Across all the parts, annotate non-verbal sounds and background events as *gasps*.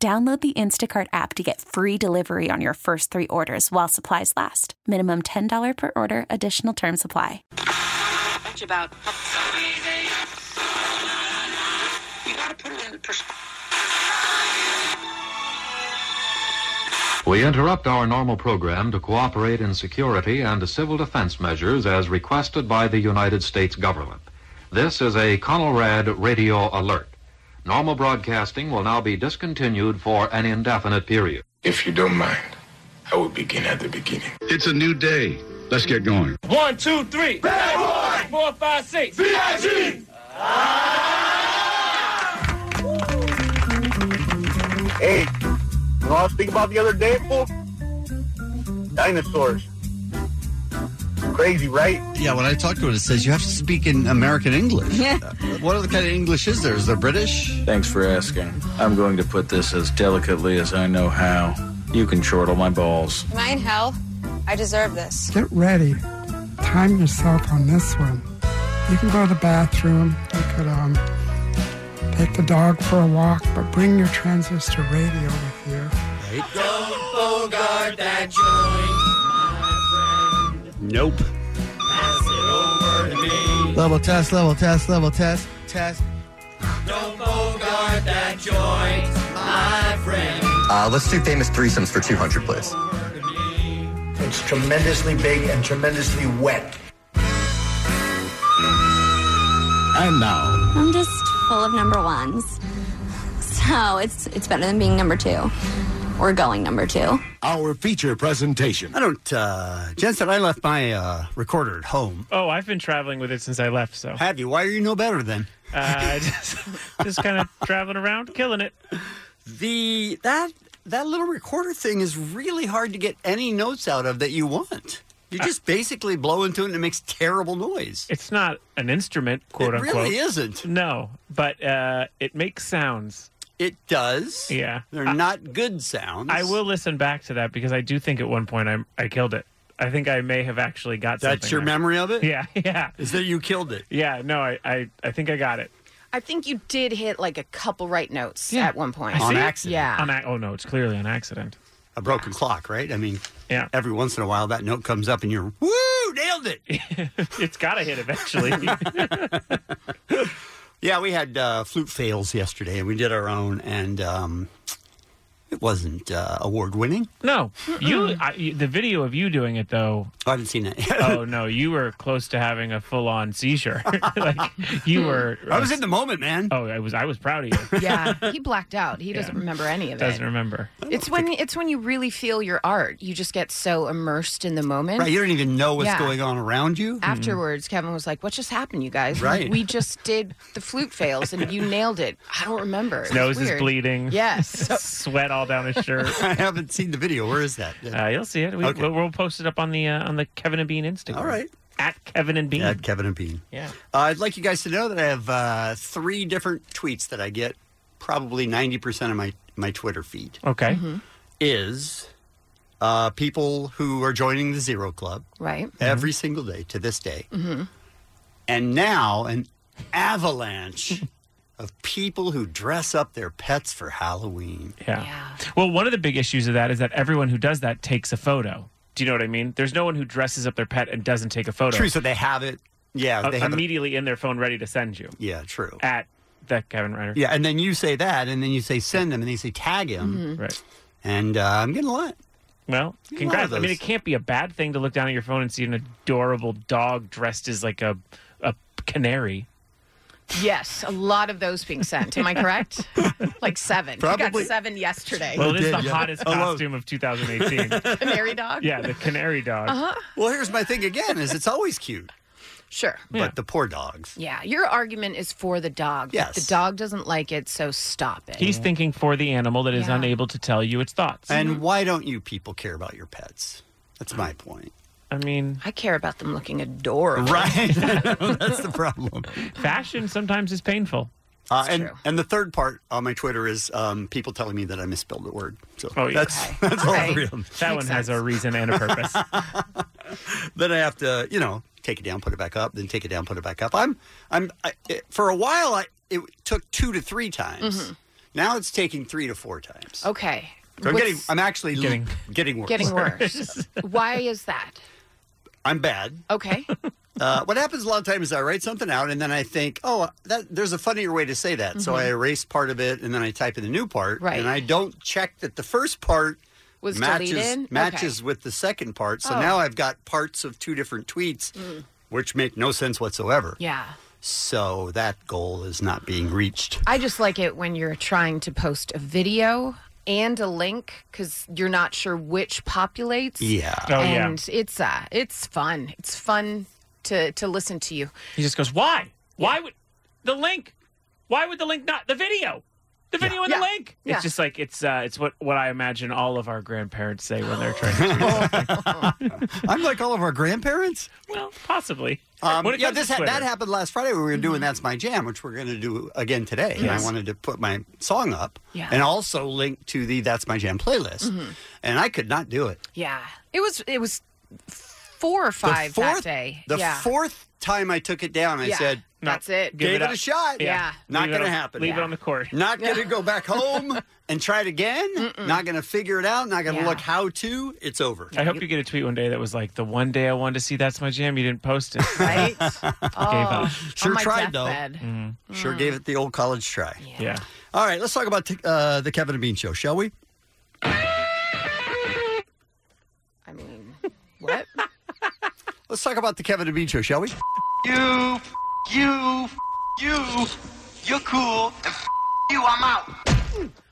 Download the Instacart app to get free delivery on your first three orders while supplies last. Minimum $10 per order, additional term supply. much about. You gotta put it in perspective. We interrupt our normal program to cooperate in security and civil defense measures as requested by the United States government. This is a Conelrad radio alert. Normal broadcasting will now be discontinued for an indefinite period. If you don't mind, I will begin at the beginning. It's a new day. Let's get going. One, two, three. Bad boy. Four, five, six. VIG. Hey, you want to speak about the other day, fool? Dinosaurs. Crazy, right? Yeah, when I talk to it, it says you have to speak in American English. Yeah. What other kind of English is there? Is there British? Thanks for asking. I'm going to put this as delicately as I know how. You can chortle my balls. Mine hell. I deserve this. Get ready. Time yourself on this one. You can go to the bathroom. You could um, take the dog for a walk, but bring your transistor radio with you. Don't bogart that joint, Nope. my friend. Over to me. Level test, level test, level test, test. Don't bogart that joint, my friend. Uh, let's do famous threesomes for 200, please. It's tremendously big and tremendously wet. And now. I'm just full of number ones. So it's it's better than being number two. Or going number two. Our feature presentation. I don't, uh, Jensen, I left my uh, recorder at home. Oh, I've been traveling with it since I left. So Have you? Why are you no better then? uh, just, *laughs* just kind of traveling around, killing it. The, that, that little recorder thing is really hard to get any notes out of that you want. You just basically blow into it and it makes terrible noise. Uh, It's not an instrument, quote it unquote. really isn't. No, but uh, it makes sounds. It does. Yeah, They're I- not good sounds. I will listen back to that because I do think at one point I I killed it. I think I may have actually got That's something your there. memory of it? Yeah, yeah, Is that you killed it? yeah. No, I, I, I think I got it. I think you did hit like a couple right notes at one point. I On see. accident. Yeah. On ac- oh no, it's clearly an accident. A broken clock, right? I mean, Yeah. every once in a while that note comes up and you're, woo, nailed it. *laughs* it's got to hit *laughs* eventually. Yeah, we had uh, flute fails yesterday, and we did our own, and um, it wasn't uh, award winning. no, you, I, you. The video of you doing it though. Oh, I haven't seen it. Yet. Oh no, you were close to having a full on seizure. *laughs* like you were. *laughs* I was in the moment, man. Oh, I was. I was proud of *laughs* you. *laughs* yeah, he blacked out. He doesn't remember any of Doesn't it. remember. It's when it's when you really feel your art. You just get so immersed in the moment. Right, you don't even know what's Yeah. Mm-hmm. going on around you. Afterwards, Kevin was like, "What just happened, you guys? Right. We just did the flute fails, and you nailed it. I don't remember. It was Nose weird. is bleeding. Yes. *laughs* Sweat all down his shirt. *laughs* I haven't seen the video. Where is that? Uh, you'll see it. We, Okay. we'll, we'll post it up on the uh, on the Kevin and Bean Instagram. All right. At Kevin and Bean. Yeah, Kevin and Bean. yeah. Uh, I'd like you guys to know that I have uh, three different tweets that I get. Probably ninety percent of my my Twitter feed Okay. is uh, people who are joining the Zero Club. right. every single day to this day. Mm-hmm. And now an *laughs* avalanche of people who dress up their pets for Halloween. Yeah. Well, one of the big issues of that is that everyone who does that takes a photo. Do you know what I mean? There's no one who dresses up their pet and doesn't take a photo. True, so they have it. Yeah, Uh, they have it. immediately in their phone, ready to send you Yeah, true. at the Kevin Ryder. Yeah, and then you say that, and then you say send them, and they say tag him, Mm-hmm. Right. and uh, I'm getting a lot. Well, lot congrats. of I mean, those. it can't be a bad thing to look down at your phone and see an adorable dog dressed as like a a canary. Yes, a lot of those being sent. Am I *laughs* correct? like seven. I Probably. got seven yesterday. *laughs* Well, it is did, the yeah. hottest Oh, well. costume of 2018. *laughs* Canary dog. yeah, the canary dog. Uh-huh. Well, here's my thing again: is it's always cute. Sure. but the poor dogs. Yeah, your argument is for the dog. but Yes. The dog doesn't like it, so stop it. He's thinking for the animal that is Yeah. unable to tell you its Mm-hmm. thoughts. And why don't you people care about your pets? That's my point. I mean, I care about them looking adorable. Right. *laughs* That's *laughs* the problem. Fashion sometimes is painful. Uh, and and the third part on my Twitter is um, people telling me that I misspelled a word. So Oh, yeah. that's Okay. *laughs* that's all Okay. three of them. That one has a reason and a *laughs* *laughs* purpose. then I have to, you know, take it down, put it back up, then take it down, put it back up. I'm I'm I, it, for a while. I it took two to three times. Mhm. Now it's taking three to four times. Okay. So I'm What's- getting. I'm actually getting getting worse. *laughs* Getting worse. Why is that? I'm bad. *laughs* Okay. Uh, what happens a lot of times is I write something out and then I think, oh, that, there's a funnier way to say that. So Mhm. I erase part of it and then I type in the new part. Right. And I don't check that the first part Was matches deleted? Okay. matches with the second part. So Oh. now I've got parts of two different tweets, Mm. which make no sense whatsoever. Yeah. So that goal is not being reached. I just like it when you're trying to post a video and a link because you're not sure which populates. Yeah. Oh, yeah. and it's uh, it's fun. It's fun to to listen to you. He just goes, "Why? Why would the link? Why would the link not the video? The video and the link." Yeah. It's just like it's uh, it's what what I imagine all of our grandparents say when they're *gasps* trying to. I'm like all of our grandparents. Well, possibly. Um, When it yeah, comes to this ha- Twitter. that happened last Friday. We were doing "That's My Jam," which we're going to do again today. And I Yes. wanted to put my song up, Yeah. and also link to the "That's My Jam" playlist. Mm-hmm. Mhm. And I could not do it. Yeah, it was it was four or five the fourth, that day. The yeah. fourth time I took it down, I Yeah, said, that's it. Give Give it it, a up." shot. Yeah. Yeah. Not Leave it going to on- happen. leave it Yeah. on the court. Not going to go *laughs* back home and try it again. Not going to figure it out. Not going to Yeah. look how to. It's over. I hope you get a tweet one day that was like, "The one day I wanted to see that's my jam, you didn't post it." *laughs* *laughs* Right? up. Oh, Sure Oh, On my tried deathbed. Mm. though. Sure gave it the old college try. Yeah. All right, let's talk about t- uh, the Kevin and Bean show, shall we? I mean, what? *laughs* Let's talk about the Kevin and Bean show, shall we? You, you, you, you're cool. And you, I'm out.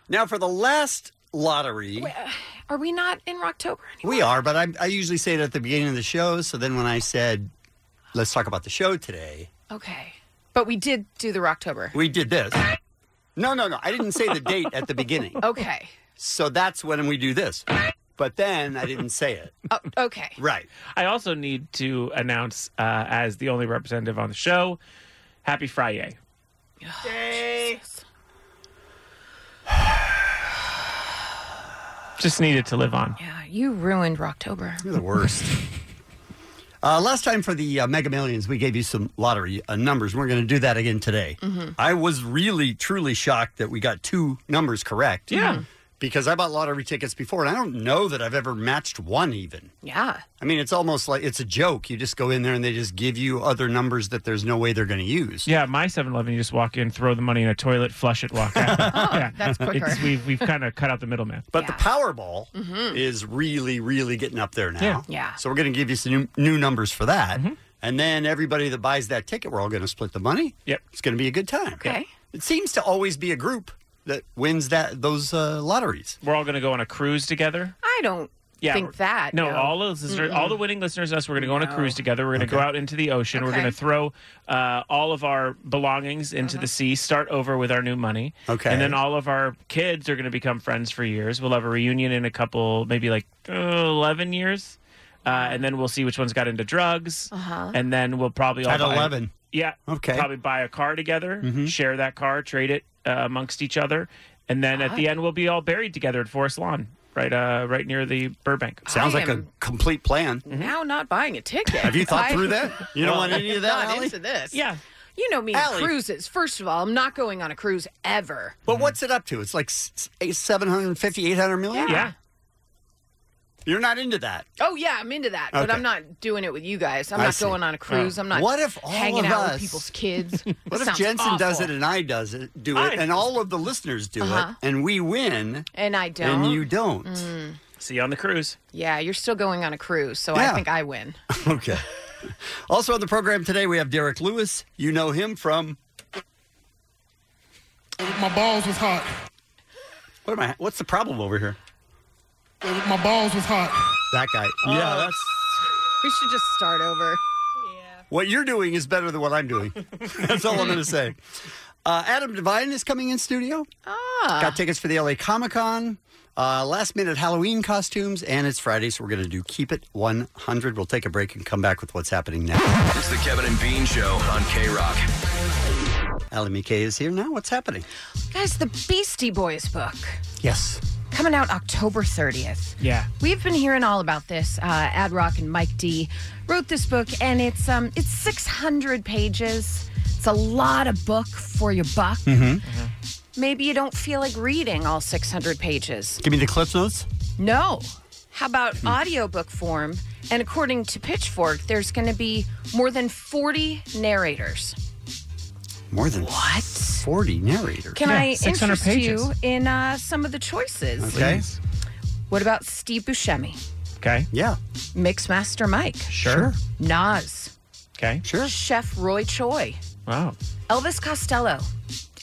Now, for the last lottery, Are we not in Rocktober? we are, but I, I usually say it at the beginning of the show. So then when I said, let's talk about the show today, Okay, but we did do the Rocktober. we did this. No, no, no. I didn't say the date at the beginning. *laughs* Okay. So that's when we do this. But then I didn't say it. Oh, okay. Right. I also need to announce uh, as the only representative on the show. Happy Friday. Just needed to live on. Yeah, you ruined Rocktober. You're the worst. *laughs* Uh, last time for the uh, Mega Millions, we gave you some lottery uh, numbers. We're going to do that again today. Mhm. I was really, truly shocked that we got two numbers correct. Yeah. Mhm. Because I bought lottery tickets before, and I don't know that I've ever matched one even. Yeah. I mean, it's almost like it's a joke. You just go in there and they just give you other numbers that there's no way they're going to use. Yeah, my 7-Eleven, you just walk in, throw the money in a toilet, flush it, walk *laughs* out. yeah. that's quicker. *laughs* It's- we've we've kind of cut out the middleman. But the Powerball Mhm. is really, really getting up there now. Yeah. Mm-hmm. Yeah. So we're going to give you some new, new numbers for that. And then everybody that buys that ticket, we're all going to split the money. Yep. It's going to be a good time. Okay. It seems to always be a group that wins that those uh, lotteries. We're all going to go on a cruise together. I don't Yeah, think that. No, all those listeners, all the winning listeners, us, we're going to go on a cruise together. We're going to go out into the ocean. We're Okay. Uh-huh. going to throw uh, all of our belongings into the sea. Start over with our new money. Okay. and then all of our kids are going to become friends for years. We'll have a reunion in a couple, maybe like uh, eleven years, uh, and then we'll see which one's got into drugs. Uh-huh. And then we'll probably all At buy- 11. Yeah. Okay. Probably buy a car together, Mm-hmm. Mhm. share that car, trade it uh, amongst each other, and then at the Ah. end we'll be all buried together at Forest Lawn, right, uh, right near the Burbank. Mm-hmm. Sounds I like am- a complete plan. Now, not buying a ticket. Have you thought through that? You don't Well, want any of that, Not Allie? into this. Yeah. You know me, and Allie. cruises. First of all, I'm not going on a cruise ever. Mm-hmm. But what's it up to? It's like s- s- 750, 800 million? Yeah. Yeah. You're not into that. Oh yeah, I'm into that, but Okay. I'm not doing it with you guys. I'm I not see. going on a cruise. Oh. I'm not. What if all hanging of out with us- people's kids? *laughs* What if Sounds Jensen does awful. it and I does it, do it, I- and all of the listeners do Uh-huh. it, and we win, And I don't. and you don't? Mm. See you on the cruise. Yeah, you're still going on a cruise, so Yeah. I think I win. Okay. also on the program today, we have Derek Lewis. You know him from My balls was hot. what am I? What's the problem over here? My balls was hot. Uh, That guy. yeah, that's We should just start over. What you're doing is better than what I'm doing. *laughs* That's all I'm going to say. Uh, Adam Devine is coming in studio. Ah. Got tickets for the LA Comic Con, uh, last minute Halloween costumes, and it's Friday, so we're going to do Keep It 100. We'll take a break and come back with what's happening now. It's the Kevin and Bean Show on K Rock. Alan McKay is here now. What's happening? Guys, the Beastie Boys book Yes. coming out October 30th. Yeah. We've been hearing all about this. Uh, Ad Rock and Mike D wrote this book, and it's um it's 600 pages. It's a lot of book for your buck. Hmm. Mm-hmm. Maybe you don't feel like reading all 600 pages. Give me the clip notes. No. How about audiobook form? And according to Pitchfork, there's going to be more than 40 narrators. More than what? 40 narrators. Can I interest you in uh, some of the choices? Okay. What about Steve Buscemi, Okay. Yeah. Mixmaster Mike? Sure. Nas. Okay. Sure. Chef Roy Choi, Wow. Elvis Costello,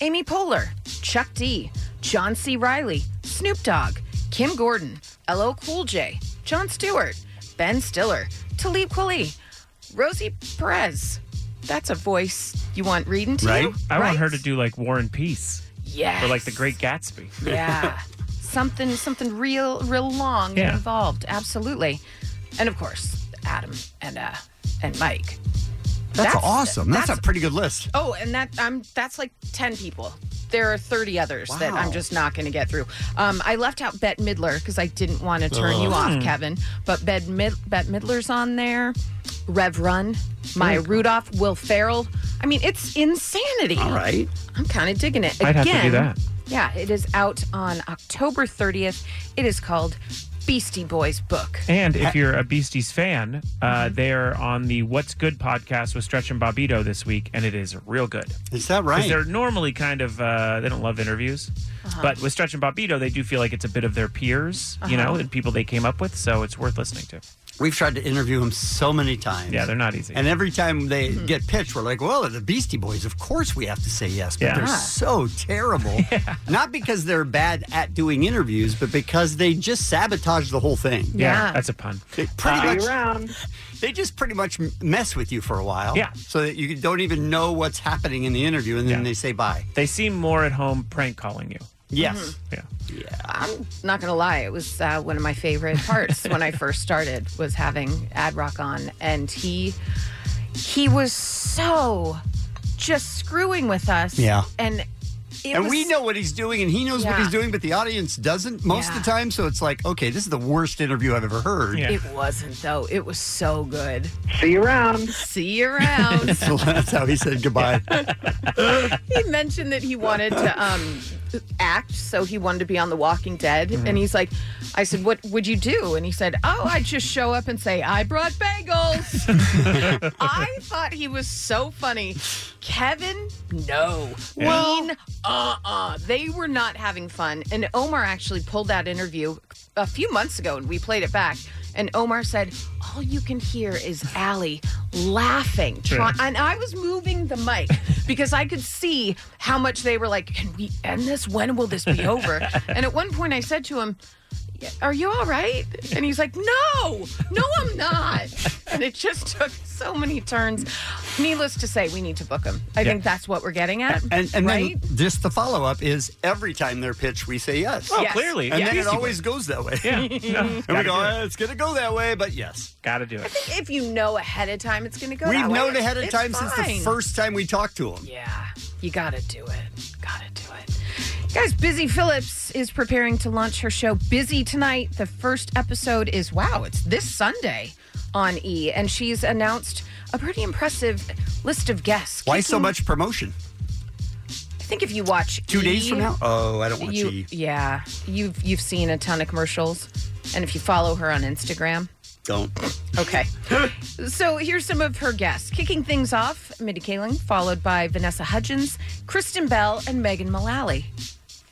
Amy Poehler, Chuck D, John C. Riley, Snoop Dogg, Kim Gordon, LL Cool J, John Stewart, Ben Stiller, Talib Kweli, Rosie Perez. That's a voice you want reading to you, I want her to do like War and Peace. Yes. Or like The Great Gatsby. Yeah. something something real real long Yeah. and involved. Absolutely. And of course, Adam and uh and Mike. That's, awesome. That's, a pretty good list. Oh, and that I'm that's like 10 people. There are 30 others that I'm Wow. just not going to get through. Um, I left out Bette Midler because I didn't want to turn you Ugh. off, Hmm. Kevin. But Bette, Mid- Bette Midler's on there. Rev Run, Maya Good. Rudolph, Will Ferrell. I mean, it's insanity. All right. I'm kind of digging it. I'd have to do Again, that. Yeah, it is out on October 30th. It is called Beastie Boys Book. *laughs* And if you're a Beasties fan, uh, Mm-hmm. they're on the What's Good podcast with Stretch and Bobito this week, and it is real good. Is that Because they're normally kind of, uh, they don't love interviews. Uh-huh. But with Stretch and Bobito, they do feel like it's a bit of their peers, you Uh-huh. know, and people they came up with. So it's worth listening to. We've tried to interview him so many times. Yeah, they're not easy. And every time they get pitched, we're like, well, the Beastie Boys, of course we have to say yes. But Yeah. they're Ah. so *laughs* terrible. Not because they're bad at doing interviews, but because they just sabotage the whole thing. Yeah, that's a pun. They pretty Uh, much, They just pretty much m- mess with you for a while. Yeah. So that you don't even know what's happening in the interview, and then they say bye. They seem more at home prank calling you. Yes. Yeah. I'm not gonna lie, it was uh, one of my favorite parts when I first started was having Ad Rock on, and he he was so just screwing with us. Yeah. and it and was, we know what he's doing, and he knows what Yeah. he's doing, but the audience doesn't most of the time. So it's like, okay, this is the worst interview I've ever heard. it wasn't though. It was so good. See you around. See you around. *laughs* So that's how he said goodbye. he mentioned that he wanted to um, act, so he wanted to be on The Walking Dead. And he's like, I said, What would you do? And he said, Oh, I'd just show up and say, I brought bagels. I thought he was so funny. Kevin, no. Yeah. Wayne, uh uh They were not having fun. And Omar actually pulled that interview a few months ago and we played it back. And Omar said, All you can hear is Allie laughing. Try- Yeah. and I was moving the mic because I could see how much they were like, Can we end this? When will this be *laughs* over? and at one point I said to him, are you all right? And he's like, No, no, I'm not. And it just took so many turns. Needless to say, we need to book him. I Yeah. think that's what we're getting at. And, and right? then just the follow up is every time they're pitched, we say yes. Oh, Yes. clearly. And Yeah. then it Easy always way. goes that way. *laughs* Yeah. Yeah. and we Gotta go, do it. "Uh, it's going to go that way, but yes. Got to do I think if you know ahead of time, it's going to go. We've that way. known ahead of It's time since the fine. first time we talked to him. Yeah, you got to do it. Got to do it. Guys, Busy Phillips is preparing to launch her show Busy Tonight. The first episode is, wow, it's this Sunday on E! And she's announced a pretty impressive list of guests. Why so Kicking- much promotion? I think if you watch Two days E! from now? Oh, I don't watch you, E. Yeah, you've you've seen a ton of commercials, and if you follow her on Instagram, Don't. okay. so here's some of her guests. Kicking things off, Mindy Kaling, followed by Vanessa Hudgens, Kristen Bell, and Megan Mullally.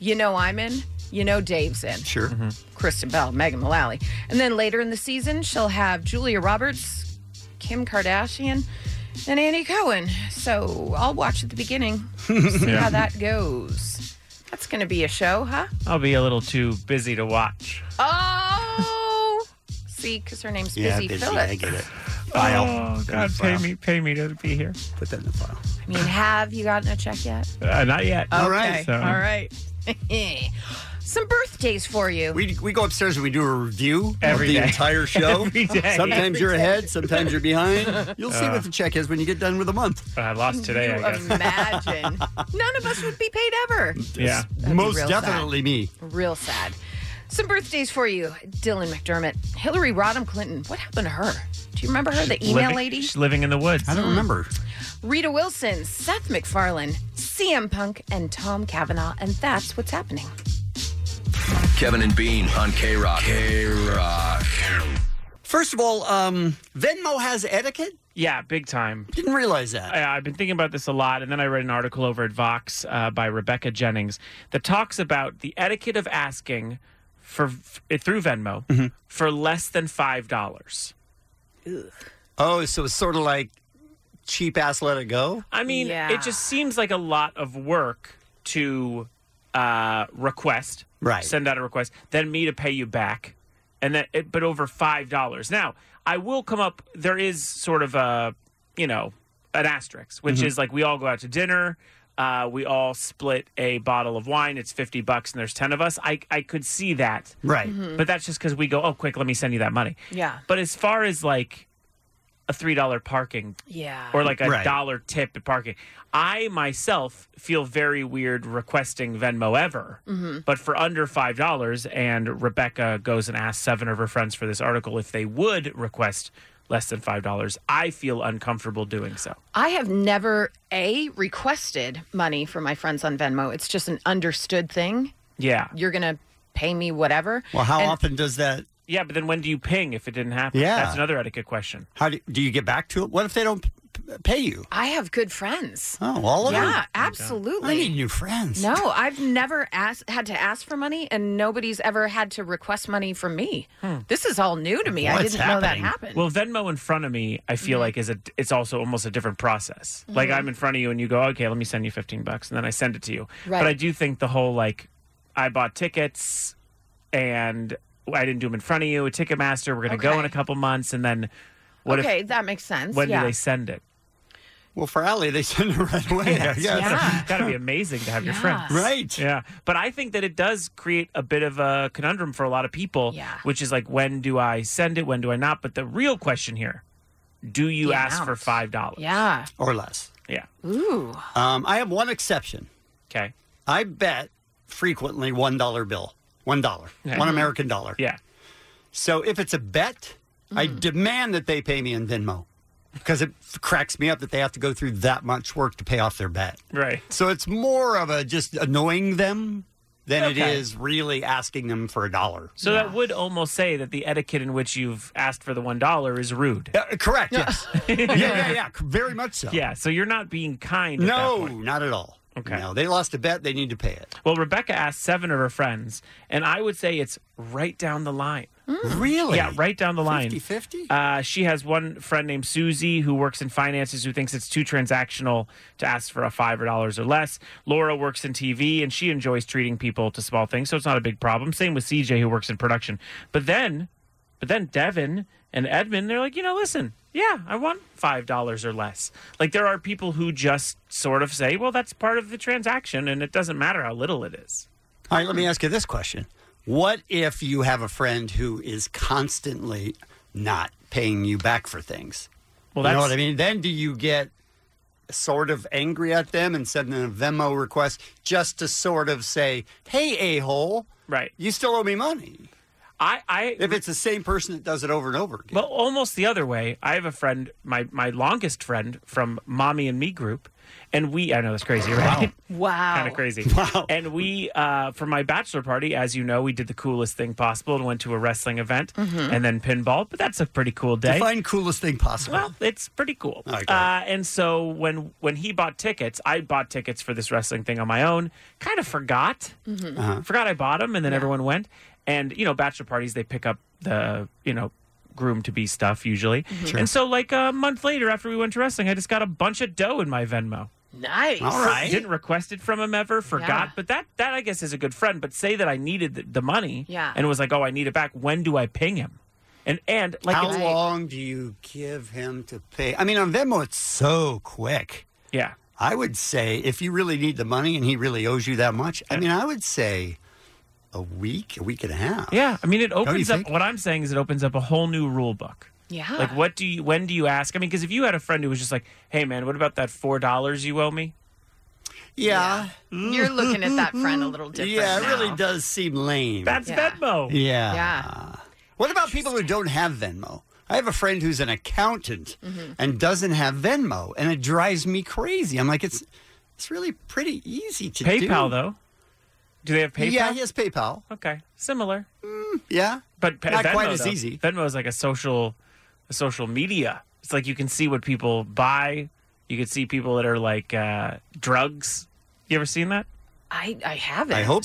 You know I'm in. You know Dave's in. Sure. Kristen Bell, Megan Mullally, and then later in the season she'll have Julia Roberts, Kim Kardashian, and Andy Cohen. So I'll watch at the beginning, see Yeah. how that goes. That's going to be a show, huh? I'll be a little too busy to watch. Oh, see, because her name's Busy Phillips. it. file. Oh God, pay me, pay me to be here. Put that in the file. I mean, have you gotten a check yet? Uh, not yet. All right. All right. *laughs* Some birthdays for you. We, we go upstairs and we do a review Every of the day. *laughs* entire show. Every day. Sometimes Every you're day. ahead, sometimes *laughs* you're behind. You'll see Uh. what the check is when you get done with a month. I lost today. Can I you guess. Imagine. None of us would be paid ever. Yeah. That'd be Most real definitely me. Sad. Real sad. Some birthdays for you. Dylan McDermott. Hillary Rodham Clinton. What happened to her? Do you remember her, the email living, lady? Mm. She's living in the woods. I don't remember. Rita Wilson, Seth MacFarlane, CM Punk, and Tom Cavanaugh. And that's what's happening. Kevin and Bean on K Rock. K Rock. First of all, um, Venmo has etiquette? Yeah, big time. Didn't realize that. I, I've been thinking about this a lot, and then I read an article over at Vox uh, by Rebecca Jennings that talks about the etiquette of asking for f- through Venmo Mm-hmm. for less than five dollars. Oh, so it's sort of like cheap ass let it go? I mean, Yeah. it just seems like a lot of work to uh, request, Right. Send out a request, then me to pay you back, and that. It, but over five dollars. Now, I will come up. There is sort of a, you know, an asterisk, which Mm-hmm. Mhm. is like we all go out to dinner. Uh, we all split a bottle of wine. It's fifty bucks, and there's ten of us. I I could see that, Right. Mhm. But that's just because we go. Oh, quick, let me send you that money. Yeah. But as far as like a three dollar parking Yeah. or like a Right. dollar tip at parking. I myself feel very weird requesting Venmo ever, Mm-hmm. Mhm. but for under five dollars, and Rebecca goes and asks seven of her friends for this article if they would request less than five dollars. I feel uncomfortable doing so. I have never a requested money from my friends on Venmo. It's just an understood thing. Yeah. You're gonna pay me whatever. Well, how And- often does that? Yeah, but then when do you ping if it didn't happen? Yeah. That's another etiquette question. How do, do you get back to it? What if they don't p- p- pay you? I have good friends. Oh, all of yeah, them? Yeah, absolutely. I need new friends. No, I've never asked, had to ask for money, and nobody's ever had to request money from me. This is all new to me. I didn't know that happened. Mm-hmm. Hmm. Well, Venmo in front of me, I feel like is a it's also almost a different process. Like Mhm. I'm in front of you and you go, okay, let me send you fifteen bucks, and then I send it to you. Right. But I do think the whole like I bought tickets and I didn't do them in front of you. Ticketmaster, we're gonna go in Okay. a couple months, and then what okay, if that makes sense. when yeah. do they send it? Well, for Allie, they send it right away. I guess. *laughs* It's got to be amazing to have your Yeah. friends. Right. Yeah. But I think that it does create a bit of a conundrum for a lot of people, Yeah. which is like, when do I send it? When do I not? But the real question here do you The ask for amount. $5? Yeah. Or less. Yeah. Ooh. Um, I have one exception. Okay. I bet frequently one dollar bill, one dollar, Yeah. one American dollar. Yeah. Mm. So if it's a bet, I demand that they pay me in Venmo because it f- cracks me up that they have to go through that much work to pay off their bet. Right. So it's more of a just annoying them than Okay. it is really asking them for a dollar. So that would almost say that the etiquette in which you've asked for the $1 is rude. Uh, *laughs* correct. Yes. yeah, yeah, yeah. Very much so. Yeah. So you're not being kind. at that No, point. not at all. Okay. No, they lost a bet. They need to pay it. Well, Rebecca asked seven of her friends, and I would say it's right down the line. Mm. Really? Yeah, right down the line. 50-50? Uh, she has one friend named Susie who works in finances who thinks it's too transactional to ask for a five or dollars or less. Laura works in TV and she enjoys treating people to small things, so it's not a big problem. Same with CJ who works in production. But then, but then Devin and Edmund, they're like, you know, listen, yeah, I want five dollars or less. Like there are people who just sort of say, well, that's part of the transaction, and it doesn't matter how little it is. All right, let me ask you this question. What if you have a friend who is constantly not paying you back for things? Well, you know that's- what I mean? Then do you get sort of angry at them and send them a Venmo request just to sort of say, hey, a hole, right. you still owe me money? I, I if it's the same person that does it over and over again. Well, almost the other way. I have a friend, my my longest friend from Mommy and Me group, and we. I know that's crazy, right? *laughs* Wow. kind of crazy. And we, uh, for my bachelor party, as you know, we did the coolest thing possible and went to a wrestling event Mm-hmm. Mhm. and then pinball. But that's a pretty cool day. Define coolest thing possible. Well, it's pretty cool. Okay. Uh, and so when when he bought tickets, I bought tickets for this wrestling thing on my own. Kind of forgot, Mhm. Uh-huh. forgot I bought them, and then everyone went. And you know, bachelor parties they pick up the you know groom to be stuff usually. Mm-hmm. Sure. And so like a month later, after we went to wrestling, I just got a bunch of dough in my Venmo. Nice. Didn't request it from him ever. Forgot. Yeah. But that that I guess is a good friend. But say that I needed the, the money. Yeah. And was like, oh, I need it back. When do I ping him? And and like How it's- long do you give him *laughs* to *laughs* pay? I mean, on Venmo, it's so quick. Yeah. I would say if you really need the money and he really owes you that much, I mean, I would say a week, a week and a half. Yeah, I mean, it Don't you opens up. think? What I'm saying is, it opens up a whole new rule book. Yeah. Like, what do you? When do you ask? I mean, because if you had a friend who was just like, "Hey, man, what about that four dollars you owe me?" Yeah. You're looking at that friend a little different. Yeah, it now. really does seem lame. That's Yeah. Venmo. Yeah. Yeah. What about people who don't have Venmo? I have a friend who's an accountant and doesn't have Venmo, and it drives me crazy. I'm like, it's it's really pretty easy to do. PayPal though. Do they have PayPal? Yeah, he has PayPal. Mm, Okay, similar. yeah, but Pe- not Venmo, quite as though, easy. Venmo is like a social, a social media. It's like you can see what people buy. You can see people that are like uh, drugs. You ever seen that? I, I haven't. on-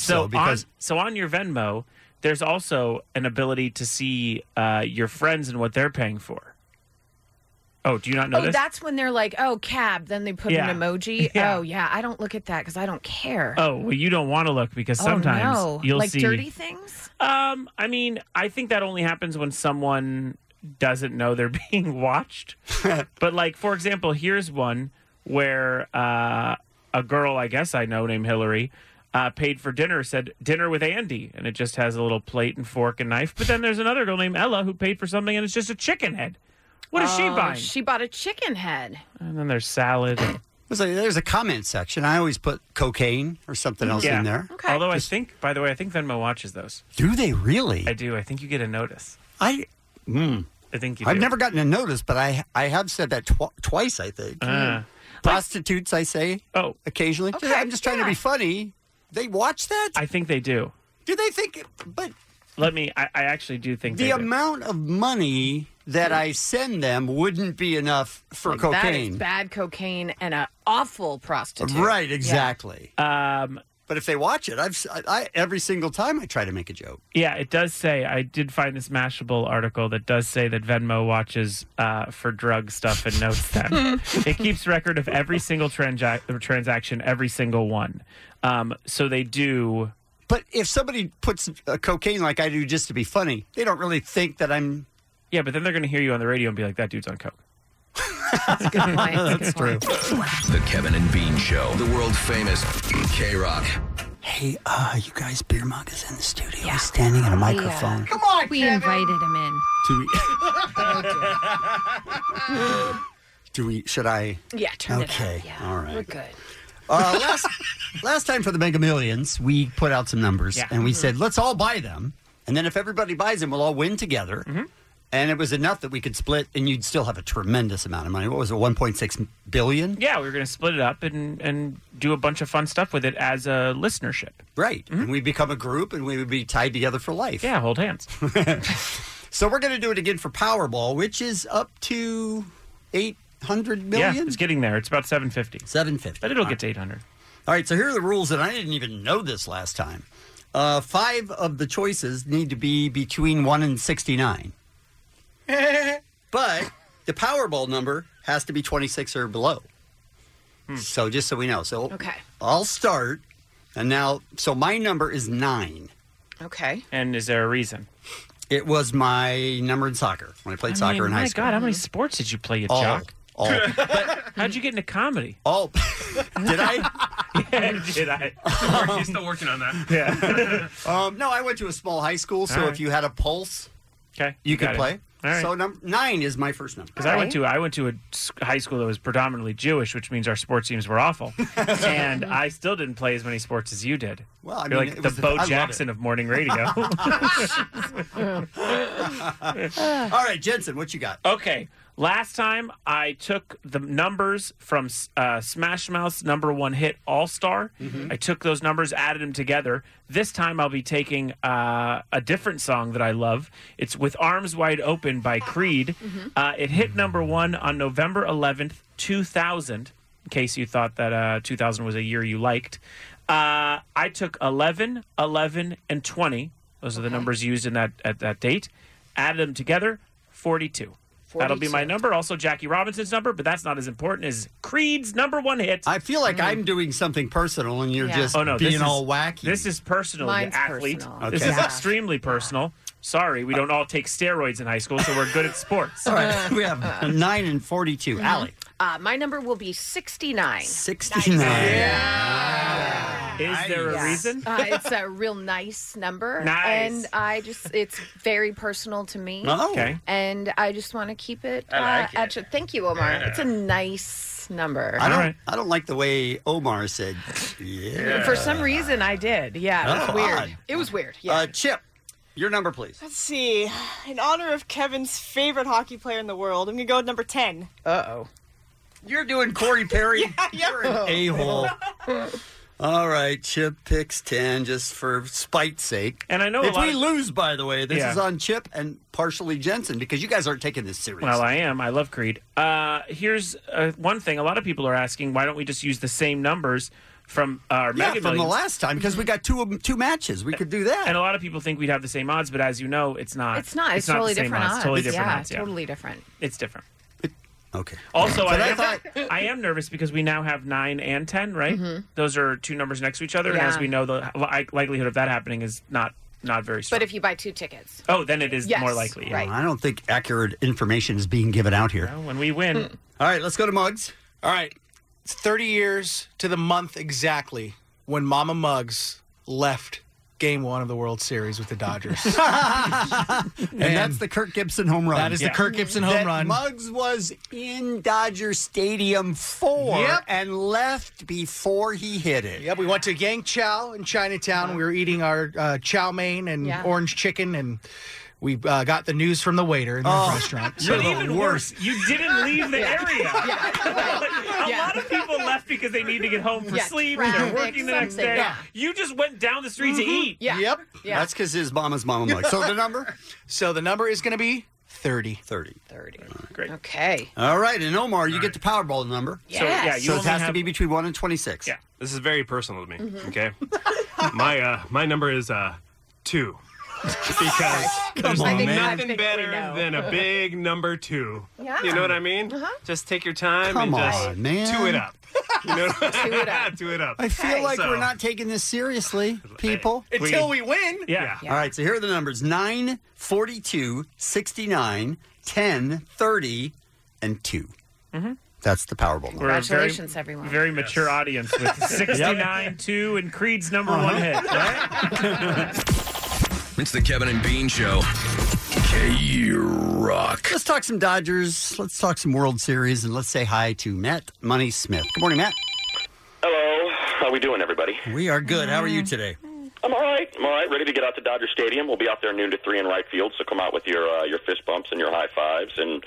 so on your Venmo, there's also an ability to see uh, your friends and what they're paying for. Oh, do you not know oh, this? that's when they're like, oh, cab. Then they put Yeah. an emoji. Yeah. Oh, yeah. I don't look at that because I don't care. Oh, well, you don't want to look because Oh, sometimes no. you'll like see dirty things. Um, I mean, I think that only happens when someone doesn't know they're *laughs* being *laughs* watched. but like, for example, here's one where uh, a girl, I guess I know, named Hillary, uh, paid for dinner. Said dinner with Andy, and it just has a little plate and fork and knife. But then there's another girl named Ella who paid for something, and it's just a chicken head. What is she Oh, buying? She bought a chicken head. And then there's salad. *coughs* There's a, there's a comment section. I always put cocaine or Mm, something else in there. Okay. Although I think, by the way, I think Venmo watches those. Do they really? I do. I think you get a notice. I, mm, I think you. I've do. never gotten a notice, but I I have said that tw- twice. I think Hmm. Ah. prostitutes. I say oh occasionally. Okay, I'm just trying to yeah. be funny. They watch that. I think they do. Do they think? But Let me. I, I actually do think the they do. Hmm. amount of money that I send them wouldn't be enough for Like, That is cocaine. bad cocaine and an awful prostitute. Right, Yeah. exactly. Um, but if they watch it, I've s- I, I- every single time I try to make a joke. Yeah, it does say. I did find this Mashable article that does say that Venmo watches uh, for drug stuff and notes *laughs* them. it keeps record of every single transa- transaction, every single one. Um, so they do. But if somebody puts a cocaine like I do just to be funny, they don't really think that I'm. Yeah, but then they're going to hear you on the radio and be like, "That dude's on coke." That's true. The Kevin and Bean Show, the world famous K Rock. Hey, uh, you guys, Beer Mug is in the studio. He's standing at a microphone. Come on, we invited him in. Do we? *laughs* *laughs* *laughs* Do we? Should I? Yeah, turn it up. okay. Yeah, All right. *laughs* we're good. *laughs* Uh, last last time for the Mega Millions, we put out some numbers Yeah. and Mm-hmm. we said let's all buy them, and then if everybody buys them, we'll all win together. Mm-hmm. And it was enough that we could split, and you'd still have a tremendous amount of money. What was it, one point six billion? Yeah, we were going to split it up and and do a bunch of fun stuff with it as a listenership. Mm-hmm. Right. And we become a group, and we would be tied together for life. Yeah, hold hands. *laughs* So we're going to do it again for Powerball, which is up to eight hundred million. Yeah, it's getting there. It's about seven fifty. Seven fifty. But it'll get to eight hundred. All right, so here are the rules, and I didn't even know this last time. Uh, five of the choices need to be between 1 *laughs* and 69. but the Powerball number has to be 26 or below. Hmm. So just so we know. So Okay. I'll start. And now, so my number is 9. Okay. And is there a reason? It was my number in soccer when I played I soccer mean, in high my school. God, how many sports did you play, you All. jock? All. How'd you get into comedy? Oh, *laughs* did I? *laughs* yeah, did I? He's still working on that. Yeah. *laughs* Um, no, I went to a small high school, so All right. if you had a pulse, Okay. you, could got it. play. All right. So num- 9 is my first number. because I went to I went to a s- high school that was predominantly Jewish, which means our sports teams were awful, and I still didn't play as many sports as you did. Well, I You're mean, like it the was the- I Bo love it. Jackson of morning radio. *laughs* All right, Jensen, what you got? okay, last time I took the numbers from uh, Smash Mouth's number one hit All Star. Mm-hmm. I took those numbers, added them together. This time I'll be taking uh, a different song that I love. It's with Arms Wide Open by Creed. Uh, it hit number one on November 11th, 2000, in case you thought that uh, 2000 was a year you liked. Uh, I took 11, 11, and 20. Those are the numbers used in that at that date. Added them together, 42. That'll be my number. Also, Jackie Robinson's number, but that's not as important as Creed's number one hit. I feel like Mm-hmm. I'm doing something personal and you're just Mm-hmm. oh, no, being this all is, wacky. This is personal, you Mine's athlete. personal. This Okay. is Yeah. extremely personal. Sorry, we don't all take steroids in high school, so we're good at sports. *laughs* All right, *laughs* we have nine and forty-two. Allie, Uh, my number will be 69. 69. Is there a reason? Uh, it's a real nice *laughs* number. Nice. And I just, it's very personal to me. Oh. Okay. And I just want to keep it, I like uh, at your- Thank you, Omar. Yeah. It's a nice number. I don't. I don't like the way Omar said. Yeah. For some reason, I did. Yeah, it Oh, was weird. odd. It was weird. Uh, Chip, your number, please. Let's see. In honor of Kevin's favorite hockey player in the world, I'm going to go with number 10. Uh oh. You're doing Corey Perry. You're A Oh. hole. All right, Chip picks ten just for spite's sake. And I know a if lot we of- lose, by the way, this Yeah. is on Chip and partially Jensen because you guys aren't taking this seriously. Well, I am. I love Creed. Uh, here's uh, one thing: a lot of people are asking, why don't we just use the same numbers from uh, our yeah, Mega from the Millions? last time because we got two of 'em- two matches. We could do that. And a lot of people think we'd have the same odds, but as you know, it's not. It's not. It's, the totally same different odds. Totally different yeah, odds. Yeah. totally different. It's different. Okay. Also, So I, that's am, I am nervous because we now have nine and ten, right? Mm-hmm. Mhm. Those are two numbers next to each other, and Yeah. as we know, the li- likelihood of that happening is not not very strong. But if you buy two tickets, oh, then it is Yes, more likely. yeah. right. I don't think accurate information is being given out here. When we win. *laughs* All right, let's go to Muggs. All right. It's 30 years to the month exactly when Mama Muggs left game one of the World Series with the Dodgers. *laughs* And, that's the Kirk Gibson home run. That is the Yeah. Kirk Gibson home That run. Muggs was in Dodger Stadium four Yep. and left before he hit it. Yep, we went to Yang Chow in Chinatown. We were eating our uh, chow mein and Yeah. orange chicken, and we uh, got the news from the waiter in the Oh. *laughs* restaurant. But even worse, you didn't leave *laughs* the area. *laughs* A lot of people left because they need to get home for Yeah, sleep. They're traffic, working the next something, day. yeah. Mm-hmm. You just went down the street to eat. Yep. That's because his mama's mama Muggs. So the number? So the number is going to be 30. 30. 30. Great. Okay. All right, and Omar, you get the Powerball number. So, yeah, Yes. you So it only has to have- be between 1 and 26. Yeah. This is very personal to me. Mhm. *laughs* Okay, my uh, my number is uh, two *laughs* because there's on, man. I nothing think we better know. than a *laughs* big number two. Yeah. You know what I mean? Uh-huh. Just take your time Come and just on, man. two it up. You *laughs* know, Two it *laughs* up. two it up. I feel like So- we're not taking this seriously, people. Until we win. All right, so here are the numbers 9, 42, 69, 10, 30, and 2. Mhm. That's the Powerball number. We're a very- Very mature audience *laughs* with *laughs* Yep. 69 2 and Creed's number one hit. It's the Kevin and Bean Show. K Rock. Let's talk some Dodgers. Let's talk some World Series, and let's say hi to Matt Money Smith. Good morning, Matt. Hello. How we doing, everybody? We are good. How are Mm. you today? I'm all right. I'm all right. Ready to get out to Dodger Stadium. We'll be out there noon to three in right field. So come out with your uh, your fist bumps and your high fives. And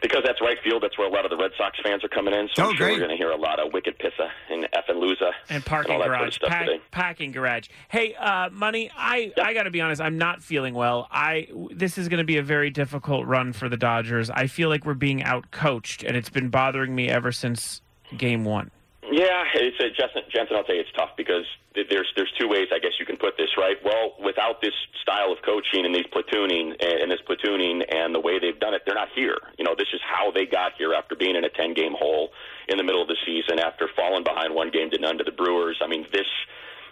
because that's right field, that's where a lot of the Red Sox fans are coming in. Oh, So I'm sure we're going to hear a lot of wicked pissa and effing loser And parking all that sort of garage. stuff Pack, today. packing garage. Hey, uh, money. I I got to be honest. I'm not feeling well. I this is going to be a very difficult run for the Dodgers. I feel like we're being out coached, and it's been bothering me ever since game one. Yeah, it's uh, Jensen, Jensen. I'll tell you, it's tough because th- there's there's two ways I guess you can put this, right? Well, without this style of coaching and these platooning and, and this platooning and the way they've done it, they're not here. You know, this is how they got here after being in a 10 game hole in the middle of the season, after falling behind one game to none to the Brewers. I mean, this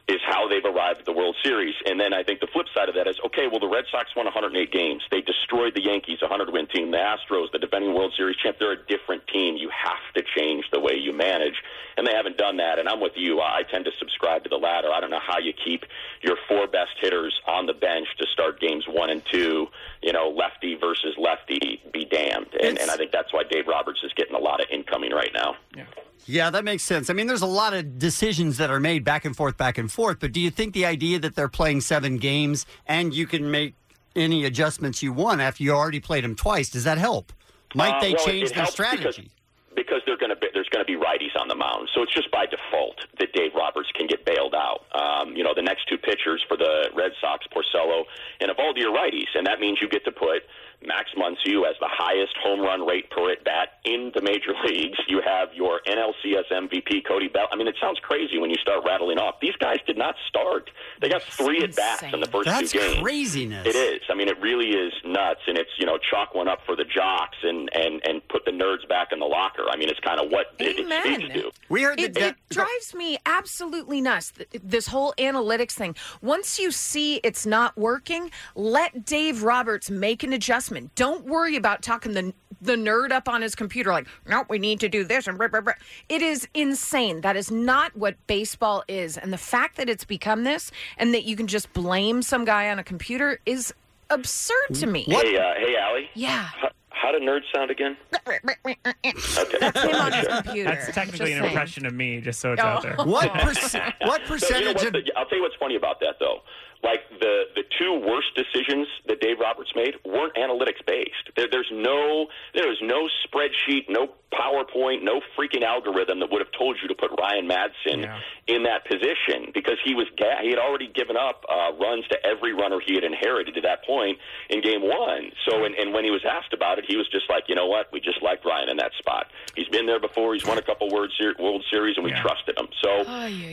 is how they've arrived at the World Series. And then I think the flip side of that is okay, well, the Red Sox won 108 games. They destroyed the Yankees, a 100 win team. The Astros, the defending World Series champ, they're a different team. You have to change the way you manage. And they haven't done that. And I'm with you. I I tend to subscribe to the latter. I don't know how you keep your four best hitters on the bench to start games one and two, you know, lefty versus lefty, be damned. And, and I think that's why Dave Roberts is getting a lot of incoming right now. Yeah, that makes sense. I mean, there's a lot of decisions that are made back and forth, back and forth. But do you think the idea that they're playing seven games and you can make any adjustments you want after you already played them twice, does that help? Might Uh, they well, it- change it their helps because- strategy? because they're going to be, there's going to be righties on the mound. So it's just by default that Dave Roberts can get bailed out. Um, you know, the next two pitchers for the Red Sox, Porcello and Evaldi, are righties, and that means you get to put Max Muncy, who has the highest home run rate per at bat in the major *laughs* leagues. You have your NLCS MVP, Cody Bell. I mean, it sounds crazy when you start rattling off. These guys did not start. They got three at bats in the first That's two games. craziness. It is. I mean, it really is nuts, and it's you know chalk one up for the jocks and and and put the nerds back in the locker. linebacker. I mean, it's kind of what it, it Amen. speaks to. We heard It, it drives me absolutely nuts, th- this whole analytics thing. Once you see it's not working, let Dave Roberts make an adjustment. Don't worry about talking the the nerd up on his computer like, no, we need to do this and blah, blah, blah. It is insane. That is not what baseball is. And the fact that it's become this and that you can just blame some guy on a computer is absurd to me. Hey, uh, hey, Allie. *laughs* Yeah. How, how do nerds sound again? Okay. computer. That's technically Just an saying. impression of me, just so it's Oh. out there. *laughs* No, you know what, the- I'll tell you what's funny about that though. Like the the two worst decisions that Dave Roberts made weren't analytics based. There, there's no there was no spreadsheet, no PowerPoint, no freaking algorithm that would have told you to put Ryan Madsen in that position because he was ga- he had already given up uh, runs to every runner he had inherited to that point in game one. So and, and when he was asked about it, he was just like, you know what, we just liked Ryan in that spot. He's been there before. He's won a couple World, Ser- World Series, and we trusted him. So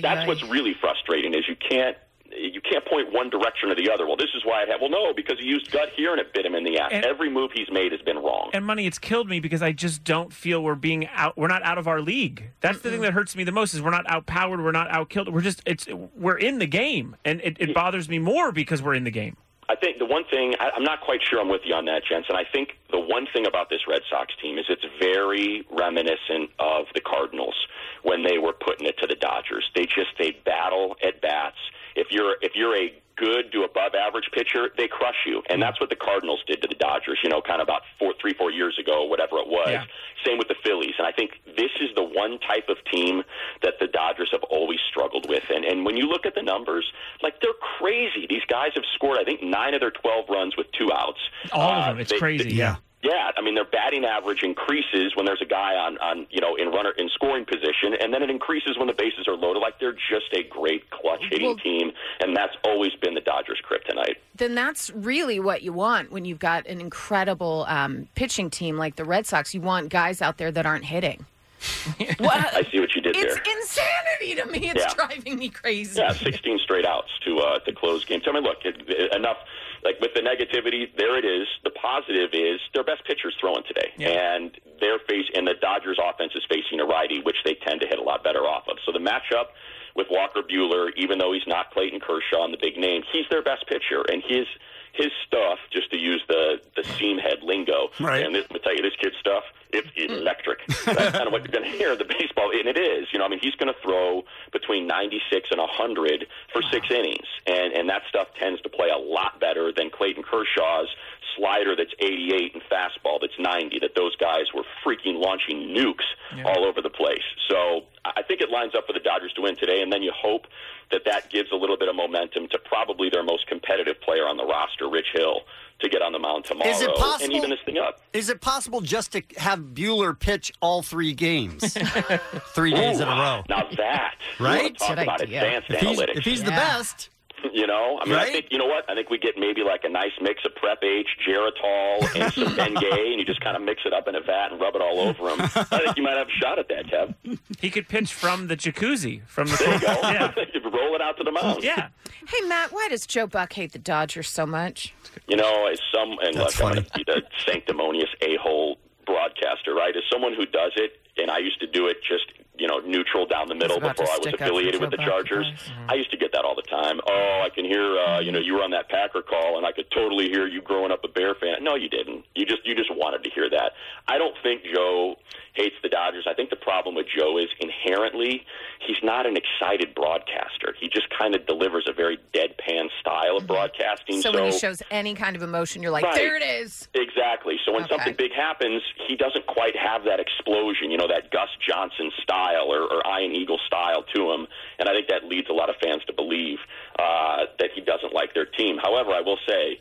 that's what's really frustrating is you can't you can't point one direction or the other. Well, this is why it happened. Well, no, because he used gut here and it bit him in the ass. And- Every move he's made has been wrong. and money it's killed me because i just don't feel we're being out we're not out of our league that's the thing that hurts me the most is we're not outpowered we're not outkilled we're just it's we're in the game and it, it bothers me more because we're in the game I think the one thing I, I'm not quite sure I'm with you on that, Jensen. I think the one thing about this Red Sox team is it's very reminiscent of the Cardinals when they were putting it to the Dodgers. They just they battle at bats. If you're if you're a good to above average pitcher, they crush you, and that's what the Cardinals did to the Dodgers. You know, kind of about four, three, four years ago, whatever it was. Same with the Phillies, and I think this is the one type of team that the Dodgers have always struggled with. And and when you look at the numbers, like they're crazy. These guys have scored, I think, nine of their twelve runs with two outs. all of them it's Ah, they- crazy yeah Yeah, I mean their batting average increases when there's a guy on, on you know in runner in scoring position, and then it increases when the bases are loaded. Like they're just a great clutch hitting Well- team, and that's always been the Dodgers' kryptonite. then that's really what you want when you've got an incredible um, pitching team like the Red Sox. You want guys out there that aren't hitting. *laughs* I see what you did it's there. insanity to *laughs* me. It's Yeah. driving me crazy. Yeah, 16 straight outs to uh, to close games. I mean, look, it, it- enough. Like with the negativity, there it is. The positive is their best pitcher's throwing today, and their face and the Dodgers' offense is facing a righty, which they tend to hit a lot better off of. So the matchup with Walker Bueller, even though he's not Clayton Kershaw and the big name, he's their best pitcher, and his his stuff, just to use the the seam head lingo, Right. and this, I tell you, this kid's stuff, it's electric. That's kind of what you're going to hear in the baseball, and it is. You know, I mean, he's going to throw between 96 and 100 for six innings, and and that stuff tends to play a lot better than Clayton Kershaw's slider that's 88 and fastball that's 90. That those guys were freaking launching nukes all over the place. So I I think it lines up for the Dodgers to win today, and then you hope that that gives a little bit of momentum to probably their most competitive player on the roster, Rich Hill, to get on the mound tomorrow Is it and possible- even this thing up. Is it possible just to have Bueller pitch all three games, *laughs* three days in a row? Now that you wanna *laughs* Right? talk Good about idea. advanced If he's- analytics. if he's the Yeah. best, you know, I mean, I Right? think you know what? I think we get maybe like a nice mix of Prep H, Geritol, *laughs* and some Bengay, and you just kind of mix it up in a vat and rub it all over him. I think you might have a shot at that, Kev. *laughs* he could pitch from the jacuzzi from the There you go. You *laughs* roll it out to the mound. Yeah. Hey Matt, why does Joe Buck hate the Dodgers so much? You know, as some and look, I'm going to be the sanctimonious a-hole broadcaster, right? As someone who does it, and I used to do it just you know neutral down the middle about before to I was stick up for affiliated with the Joe Buck, Chargers. *laughs* I used to get that all the time. Oh, I can hear uh, you know you were on that Packer call, and I could totally hear you growing up a Bear fan. No, you didn't. You just you just wanted to hear that. I don't think Joe hates the Dodgers. I think the problem with Joe is inherently he's not an excited broadcaster. He just kind of delivers a very deadpan style Mm-hmm. of broadcasting. So when he shows any kind of emotion, you're like, Right. there it is. Exactly. So when something big happens, he doesn't quite have that explosion, you know, that Gus Johnson style or, or Ian Eagle style to him. And I think that leads a lot of fans to believe uh, that he doesn't like their team. However, I will say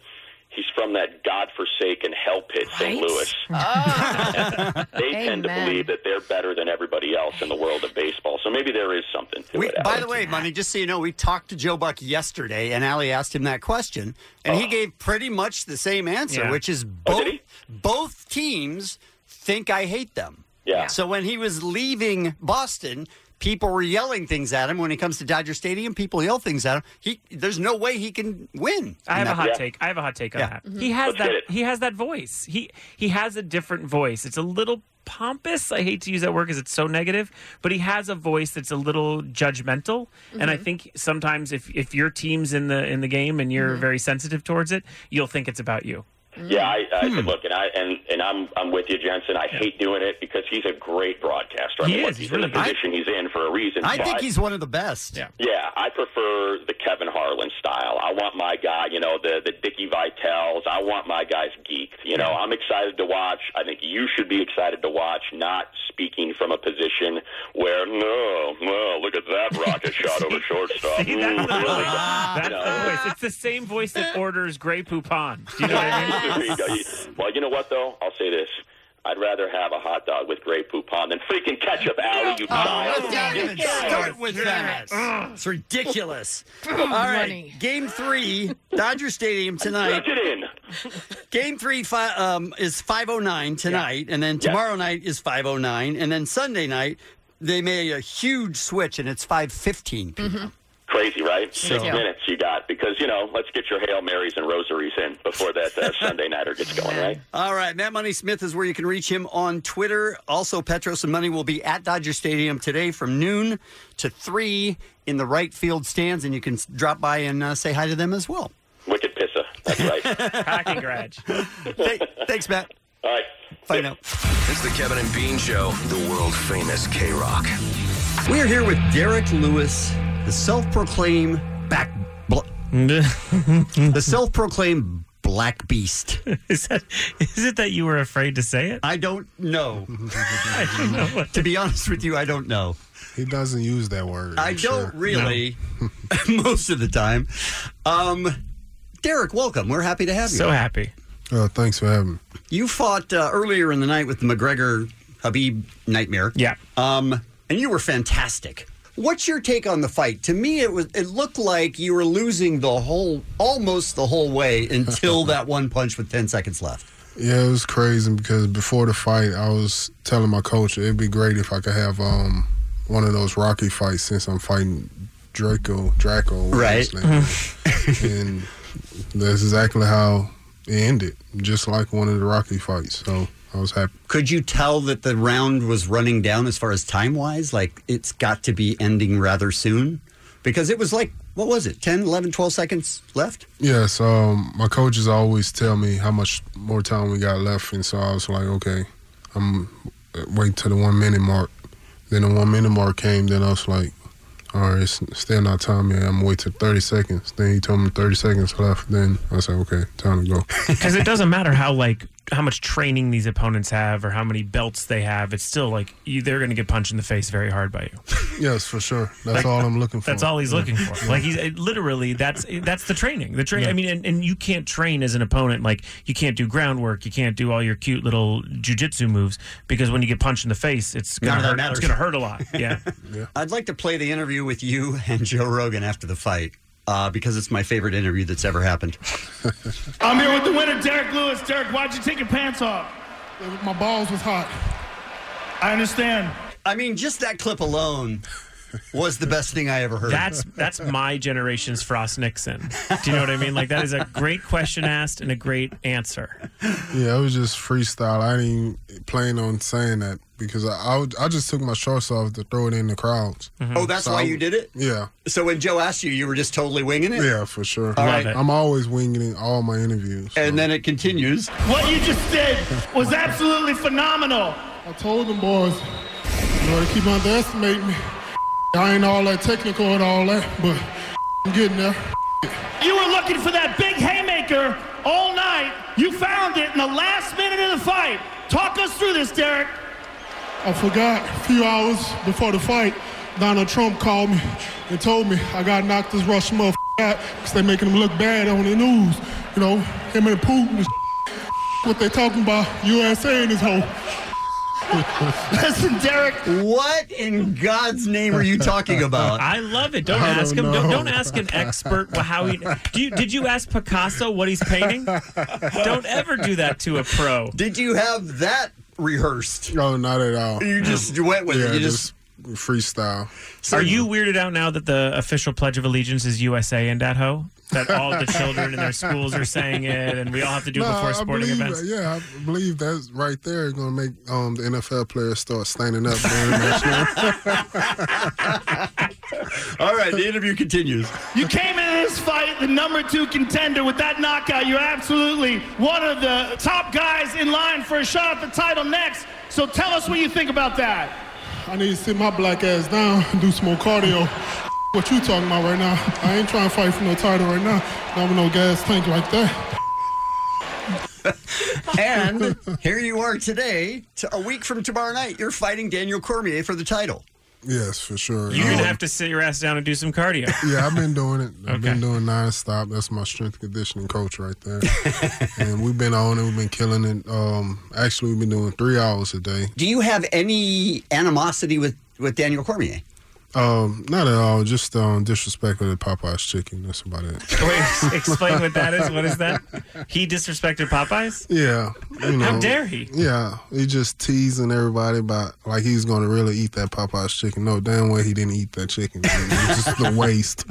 he's from that godforsaken hell pit, St. Louis. They tend to Amen. believe that they're better than everybody else in the world of baseball. So maybe there is something to We, it. by the way, Money, just so you know, we talked to Joe Buck yesterday, and Allie asked him that question, and he gave pretty much the same answer, Yeah. which is Oh, both did both teams think I hate them. Yeah. So when he was leaving Boston, People were yelling things at him. When it comes to Dodger Stadium, people yell things at him. He, there's no way he can win. I have in a that- hot take. I have a hot take on Yeah. that. Mhm. He has Let's that. get it. He has that voice. He he has a different voice. It's a little pompous. I hate to use that word because it's so negative, but he has a voice that's a little judgmental. And I Mhm. think sometimes if if your team's in the in the game and you're very sensitive towards it, you'll think it's about you. Yeah, I, I Hmm. look, and I and, and I'm I'm with you, Jensen. I hate doing it because he's a great broadcaster. I He mean, look, is. He's He's in the really good. position he's in for a reason. I think but- he's one of the best. Yeah. Yeah, I prefer the Kevin Harlan style. I want my guy, you know, the the Dickie Vitals. I want my guys geeked. You know, I'm excited to watch. I think you should be excited to watch, not speaking from a position where no, no, look at that *laughs* rocket shot over shortstop. See, Mm, that's the really? voice. That's You know, the voice. It's the same voice that orders Grey Poupon. Do you know what I there mean? you go. You- Well, you know what though? I'll say this. I'd rather have a hot dog with Grey Poupon than freaking ketchup alley, you child. Oh, Don't even start with that. It's *laughs* ridiculous. All right, Game three, Dodger Stadium tonight. Get in. Game three fi- um, is five oh nine tonight, and then tomorrow night is five oh nine, and then Sunday night they made a huge switch, and it's five fifteen. Crazy, right? Six Yeah. minutes you got because you know. Let's get your hail marys and rosaries in before that uh, Sunday nighter gets going, right? All right, Matt Money Smith is where you can reach him on Twitter. Also, Petros and Money will be at Dodger Stadium today from noon to three in the right field stands, and you can s- drop by and uh, say hi to them as well. Wicked pissa. That's right. *laughs* Packing garage. Thanks, Matt. All right. Bye now. It's the Kevin and Bean Show, the world famous K Rock. We're here with Derek Lewis, the self-proclaimed back, *laughs* bl- the self-proclaimed black beast. *laughs* Is that is it that you were afraid to say it? I don't *laughs* know. *laughs* to be honest with you, I don't know. He doesn't use that word. I I'm don't sure. really *laughs* most of the time. Um, Derek, welcome. We're happy to have you. So happy. Oh, thanks for having me. You fought uh, earlier in the night with the McGregor Habib nightmare. Yeah. Um, and you were fantastic. What's your take on the fight? To me, it was it looked like you were losing the whole almost the whole way until that one punch with ten seconds left. Yeah, it was crazy because before the fight, I was telling my coach it'd be great if I could have um one of those Rocky fights since I'm fighting Draco Draco. whatever Right. his name is. and that's exactly how it ended, just like one of the Rocky fights. So I was happy. Could you tell that the round was running down as far as time wise? Like it's got to be ending rather soon? Because it was like, what was it, 10, 11, 12 seconds left? Yeah, so um, my coaches always tell me how much more time we got left, and so I was like, okay, I'm waiting till the one minute mark. Then the one minute mark came, then I was like, all right, it's still not time yet. I'm gonna wait till 30 seconds. Then he told me 30 seconds left. Then I said, okay, time to go. *laughs* because it doesn't matter how like how much training these opponents have or how many belts they have it's still like you, they're going to get punched in the face very hard by you yes, for sure. That's Like, all I'm looking for. that's all he's Yeah. looking for Yeah. like he's it- literally that's that's the training the train Yeah. i mean and, and you can't train as an opponent like you can't do groundwork you can't do all your cute little jujitsu moves because when you get punched in the face it's None going to of that hurt matters. it's going to hurt a *laughs* lot yeah I'd like to play the interview with you *laughs* and Joe Rogan after the fight uh, because it's my favorite interview that's ever happened. I'm here with the winner, Derek Lewis. Derek, why'd you take your pants off? My balls was hot. I understand. I mean, just that clip alone was the best thing I ever heard. That's that's my generation's Frost Nixon. Do you know what I mean? Like that is a great question asked and a great answer. *laughs* Yeah, it was just freestyle. I didn't even plan on saying that because I I, would- I just took my shorts off to throw it in the crowds. Mm-hmm. Oh, that's So why I- you did it? Yeah. So when Joe asked you, you were just totally winging it? Yeah, for sure. All right. I'm always winging in all my interviews. And then it continues. What you just did was absolutely phenomenal. I told them boys, you know, they keep underestimating me. I ain't all that technical and all that, but I'm getting there. You were looking for that big haymaker all night. You found it in the last minute of the fight. Talk us through this, Derek. I forgot a few hours before the fight, Donald Trump called me and told me I got knocked this Russian motherfucker out because they making him look bad on the news. You know, him and Putin is *laughs* what they talking about, USA and his whole. *laughs* Listen, Derek. What in God's name are you talking *laughs* about? I love it. Don't I don't ask him. Don't, know. don't ask an expert wh- how he. Do you, did you ask Picasso what he's *laughs* painting? Don't ever do that to a pro. Did you have that rehearsed? No, not at all. You just went with it. Yeah, You just, freestyle. Are you weirded out now that the official Pledge of Allegiance is USA and that hoe? That all the children in their schools are saying it and we all have to do it No, before sporting believe, events? Yeah, I believe that's right there going to make um, the NFL players start standing up. during the *laughs* national- All right, the interview continues. You came into this fight the number two contender with that knockout. You're absolutely one of the top guys in line for a shot at the title next. So tell us what you think about that. I need to sit my black ass down and do some more cardio. what you talking about right now? I ain't trying to fight for no title right now. Not with no gas tank like *laughs* that. and here you are today, to, a week from tomorrow night, you're fighting Daniel Cormier for the title. Yes, for sure. You're going Um, to have to sit your ass down and do some cardio. *laughs* yeah, I've been doing it. I've Okay. been doing nonstop. That's my strength conditioning coach right there. *laughs* and we've been on it. We've been killing it. Um, actually, we've been doing three hours a day. Do you have any animosity with, with Daniel Cormier? Um, not at all. Just um, disrespect of the Popeye's chicken. That's about it. *laughs* Wait, explain what that is. What is that? He disrespected Popeyes? Yeah. You know, How dare he? Yeah. He just teasing everybody about like he's going to really eat that Popeye's chicken. No, damn way he didn't eat that chicken. It's just the waste.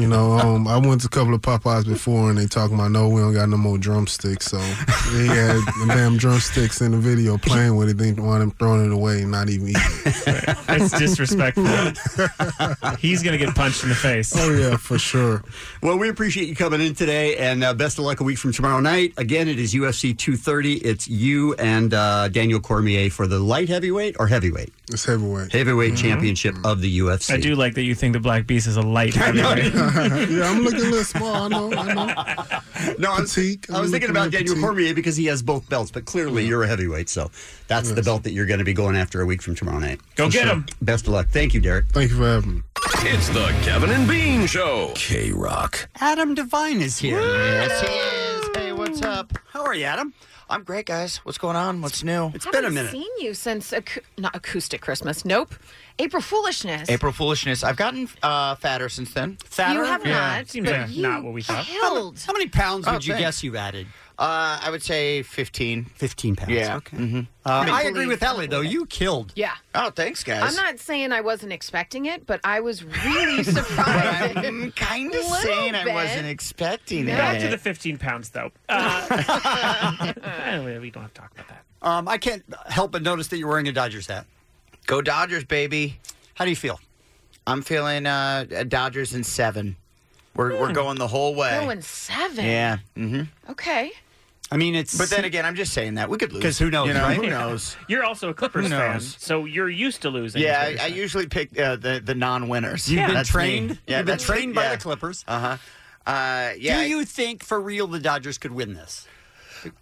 *laughs* you know, um, I went to a couple of Popeyes before and they talking about, no, we don't got no more drumsticks. So they had the damn drumsticks in the video playing with it. They want him throwing it away and not even eating it. It's *laughs* disrespectful. *laughs* He's going to get punched in the face. Oh, yeah, for sure. Well, we appreciate you coming in today, and uh, best of luck a week from tomorrow night. Again, it is UFC 230. It's you and uh, Daniel Cormier for the light heavyweight or heavyweight? It's heavyweight. Mm-hmm. Heavyweight Mhm. championship of the UFC. I do like that you think the Black Beast is a *laughs* light heavyweight. *laughs* yeah, I'm looking a little small. I know. I know. No, I was, I was thinking about Daniel Cormier because he has both belts, but clearly you're a heavyweight, so that's the belt that you're going to be going after a week from tomorrow night. Go For get sure. 'em. Best of luck. Thank you, Derek. Thank you for having me. It's the Kevin and Bean Show. K Rock. Adam Devine is here. Yes, he is. Hey, what's up? How are you, Adam? I'm great, guys. What's going on? What's new? It's Haven't seen you since acou- not acoustic Christmas. Nope, April Foolishness. April Foolishness. I've gotten uh, fatter since then. Fatter? You have Yeah, not, seems but like you not what we thought. killed. How many pounds Oh, would you thanks. guess you've added? Uh, I would say 15. 15 pounds. Yeah. Okay. Mhm. Uh, I agree with Ellie, though. You killed. Yeah. Oh, thanks, guys. I'm not saying I wasn't expecting it, but I was really *laughs* surprised. I'm kind of saying I wasn't expecting it. Back to the 15 pounds, though. *laughs* Uh, *laughs* anyway, we don't have to talk about that. Um, I can't help but notice that you're wearing a Dodgers hat. Go Dodgers, baby. How do you feel? I'm feeling uh, Dodgers in seven. We're, we're Hmm. going the whole way. Going seven. Yeah. Mm-hmm. Okay. I mean, it's. But then again, I'm just saying that we could lose. 'Cause who knows, You know, right? Who knows? You're also a Clippers Who fan, knows? so you're used to losing. Yeah, is I, I what you're usually pick uh, the the non-winners. You've yeah. been That's me. trained. Yeah, You've been that's trained it, by yeah. the Clippers. Uh-huh. Uh Yeah. do I- you think for real the Dodgers could win this?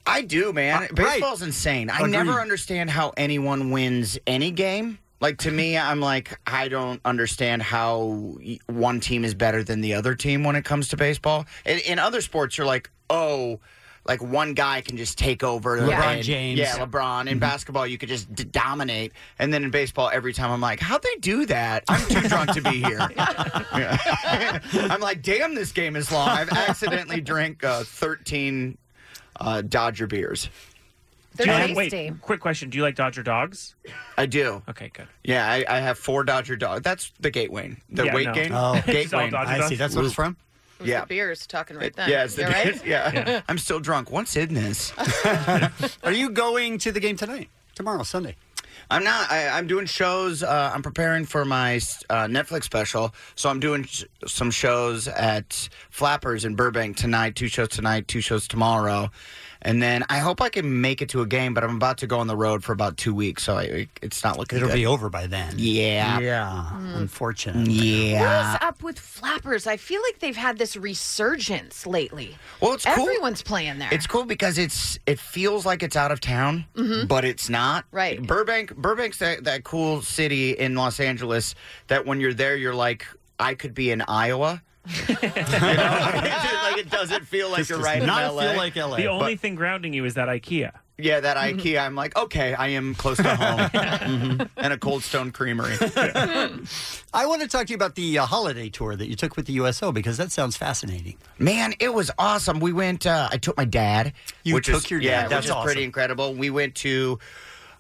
I do, man. Uh, Baseball's right. insane. I Agreed. never understand how anyone wins any game. Like to me, I'm like I don't understand how y- one team is better than the other team when it comes to baseball. In, in other sports, you're like, oh, like one guy can just take over. LeBron and- James. Mm-hmm. yeah, LeBron. In basketball, you could just d- dominate, and then in baseball, every time I'm like, how'd they do that? I'm too drunk to be *laughs* here. *laughs* Yeah. I'm like, damn, this game is *laughs* long. I've accidentally drank uh, 13 uh, Dodger beers. saying. Do you like- wait, quick question. Do you like Dodger dogs? I do. Okay, good. Yeah, I, I have four Dodger dogs. That's the Gateway. The Yeah, weight no. gain? Oh. It's all Gateway. Dodger I see. dogs? That's what it's from? It was Yeah. The beer's talking right then. Yeah, it's the You all right? yeah. *laughs* I'm still drunk. What's *laughs* in this? *laughs* Are you going to the game tonight? Tomorrow, Sunday. I'm not. I, I'm doing shows. Uh, I'm preparing for my uh, Netflix special, so I'm doing sh- some shows at Flappers in Burbank tonight. Two shows tonight. Two shows tomorrow, and then I hope I can make it to a game. But I'm about to go on the road for about two weeks, so I, it's not looking. It'll good. be over by then. Yeah. Yeah. *laughs* Unfortunately. Yeah. What is up with flappers? I feel like they've had this resurgence lately. Well, it's cool. everyone's playing there. It's cool because it's it feels like it's out of town, Mhm. but it's not. Right. Burbank Burbank's that, that cool city in Los Angeles that when you're there you're like I could be in Iowa. like it doesn't feel like you're right in LA. The But- only thing grounding you is that IKEA. Mm-hmm. yeah, that IKEA. I'm like, okay, I am close *laughs* to home, Mhm. and a Cold Stone Creamery. I want to talk to you about the uh, holiday tour that you took with the USO because that sounds fascinating. Man, it was awesome. We went. Uh, I took my dad. You which took is, your yeah, dad. That's which is awesome. pretty incredible. We went to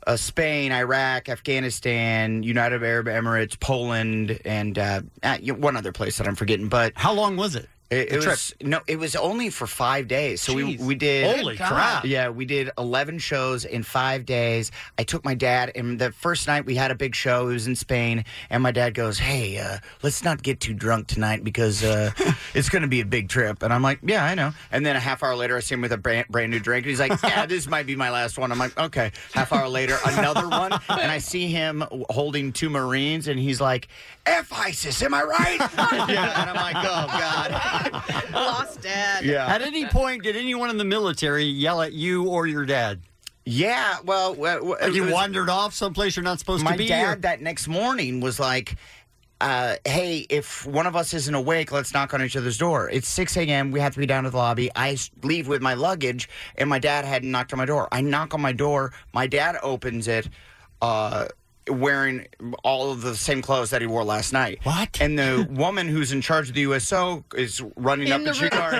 uh, Spain, Iraq, Afghanistan, United Arab Emirates, Poland, and uh, uh, you- one other place that I'm forgetting. But how long was it? It, The trip? was no, it was only for five days. So we Jeez. we did Holy Good crap. God. Yeah, we did eleven shows in five days. I took my dad, and the first night we had a big show. It was in Spain, and my dad goes, "Hey, uh, let's not get too drunk tonight because uh, it's going to be a big trip." And I'm like, "Yeah, I know." And then a half hour later, I see him with a brand, brand new drink, and he's like, "Yeah, this might be my last one." I'm like, "Okay." Half hour later, another one, and I see him holding two Marines, and he's like, "F ISIS, am I right?" *laughs* yeah, and I'm like, "Oh God." Lost dad. At any point, did anyone in the military yell at you or your dad? Yeah. Well, Like you it was- wandered off someplace you're not supposed my to be. dad or- that next morning was like uh, hey if one of us isn't awake let's knock on each other's door it's 6 a.m we have to be down to the lobby i s- leave with my luggage and my dad hadn't knocked on my door i knock on my door my dad opens it uh, wearing all of the same clothes that he wore last night what and the woman who's in charge of the uso is running up and she goes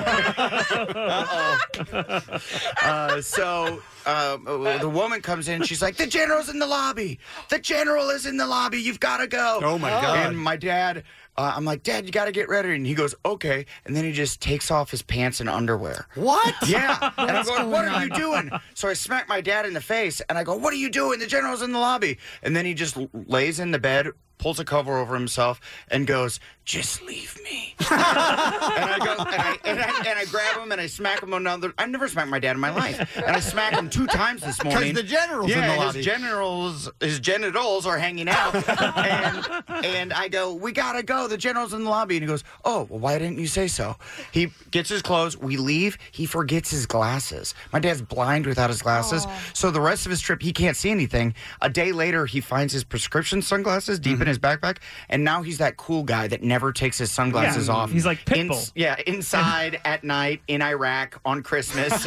uh, so um, the woman comes in. She's like, "The general's in the lobby. The general is in the lobby. You've got to go." Oh, my God. And my dad, uh, I'm like, "Dad, you got to get ready." And he goes, "Okay." And then he just takes off his pants and underwear. What? *laughs* Yeah. and I'm What's going, going "What are on?" you doing?" So I smack my dad in the face, and I go, "What are you doing? The general's in the lobby." And then he just l- lays in the bed. Pulls a cover over himself and goes, just leave me. and I go, *laughs* and I, and, I, and I grab him and I smack him another. I've never smacked my dad in my life, and I smack him two *laughs* times this morning. the general's in yeah, the his lobby. generals, his genitals are hanging out, and, and I go, "We gotta go." The general's in the lobby, and he goes, "Oh, well, why didn't you say so?" He gets his clothes. We leave. He forgets his glasses. My dad's blind without his glasses, so the rest of his trip he can't see anything. A day later, he finds his prescription sunglasses Mm-hmm. deep in his backpack, and now he's that cool guy that never takes his sunglasses Yeah. off. He's like Pitbull. Ins- yeah, *laughs* inside at night in Iraq on *laughs* Christmas. *laughs*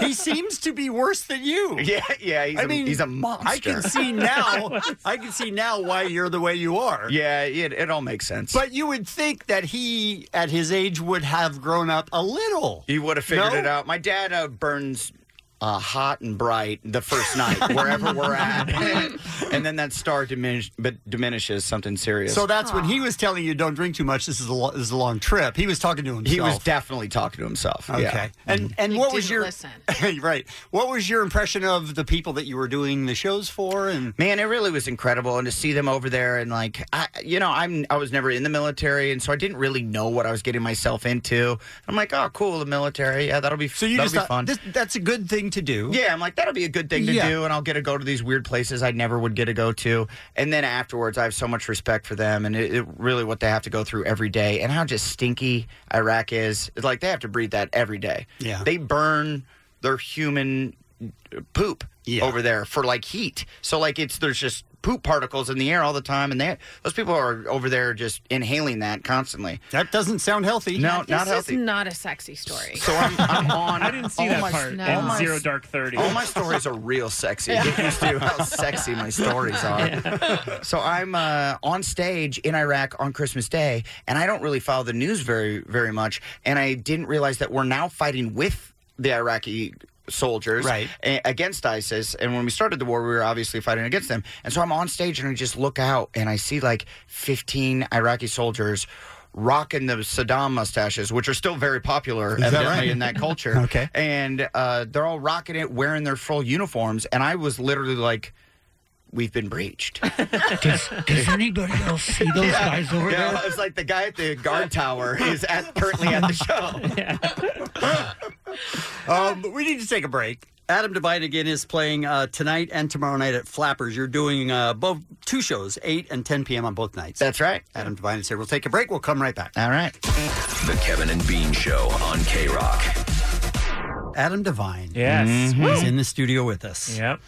he seems to be worse than you. Yeah, yeah. He's I a- mean, he's a monster. I can see *laughs* now. I can see now why you're the way you are. Yeah, it, it all makes sense. But you would think that he, at his age, would have grown up a little. He would have figured No? it out. My dad uh, burns uh, hot and bright the first night *laughs* wherever we're at, and then that star diminish, but diminishes something serious. So that's when he was telling you, "Don't drink too much. This is a lo- this is a long trip." He was talking to himself. he was definitely talking to himself. Okay. Yeah. Mm-hmm. And and what was your listen. *laughs* right? What was your impression of the people that you were doing the shows for? And Man, it really was incredible, and to see them over there, and like, I, you know, I'm I was never in the military, and so I didn't really know what I was getting myself into. I'm like, oh, cool, the military, yeah, that'll be so you that'll just be thought, fun. "This- that's a good thing to do. Yeah, I'm like, that'll be a good thing to Yeah. do, and I'll get to go to these weird places I never would get to go to. And then afterwards, I have so much respect for them and it, it- really what they have to go through every day and how just stinky Iraq is. It's like they have to breathe that every day. Yeah. They burn their human poop over there for like heat. So, like, it's there's just poop particles in the air all the time, and they, those people are over there just inhaling that constantly. That doesn't sound healthy. No, this not healthy. is not a sexy story. So I'm, *laughs* I'm on. I didn't see all that my- part No. all in my- Zero Dark Thirty. All my stories are real sexy. Get used to *laughs* how sexy my stories are. So I'm uh, on stage in Iraq on Christmas Day, and I don't really follow the news very, very much. And I didn't realize that we're now fighting with the Iraqi soldiers Right. a- against ISIS. And when we started the war, we were obviously fighting against them. And so I'm on stage, and I just look out, and I see like 15 Iraqi soldiers. Rocking the Saddam mustaches, which are still very popular that evidently right? in that *laughs* culture. Okay. And uh, they're all rocking it, wearing their full uniforms. And I was literally like, we've been breached. Does, does *laughs* anybody else see those guys over yeah, there? It's like the guy at the guard tower is at, currently at the *laughs* show. Um, we need to take a break. Adam Devine again is playing uh, tonight and tomorrow night at Flappers. You're doing uh, both two shows, eight and ten p.m. on both nights. That's right. Adam Devine is here. We'll take a break. We'll come right back. All right. The Kevin and Bean Show on K Rock. Adam Devine. Yes. He's in the studio with us. Yep.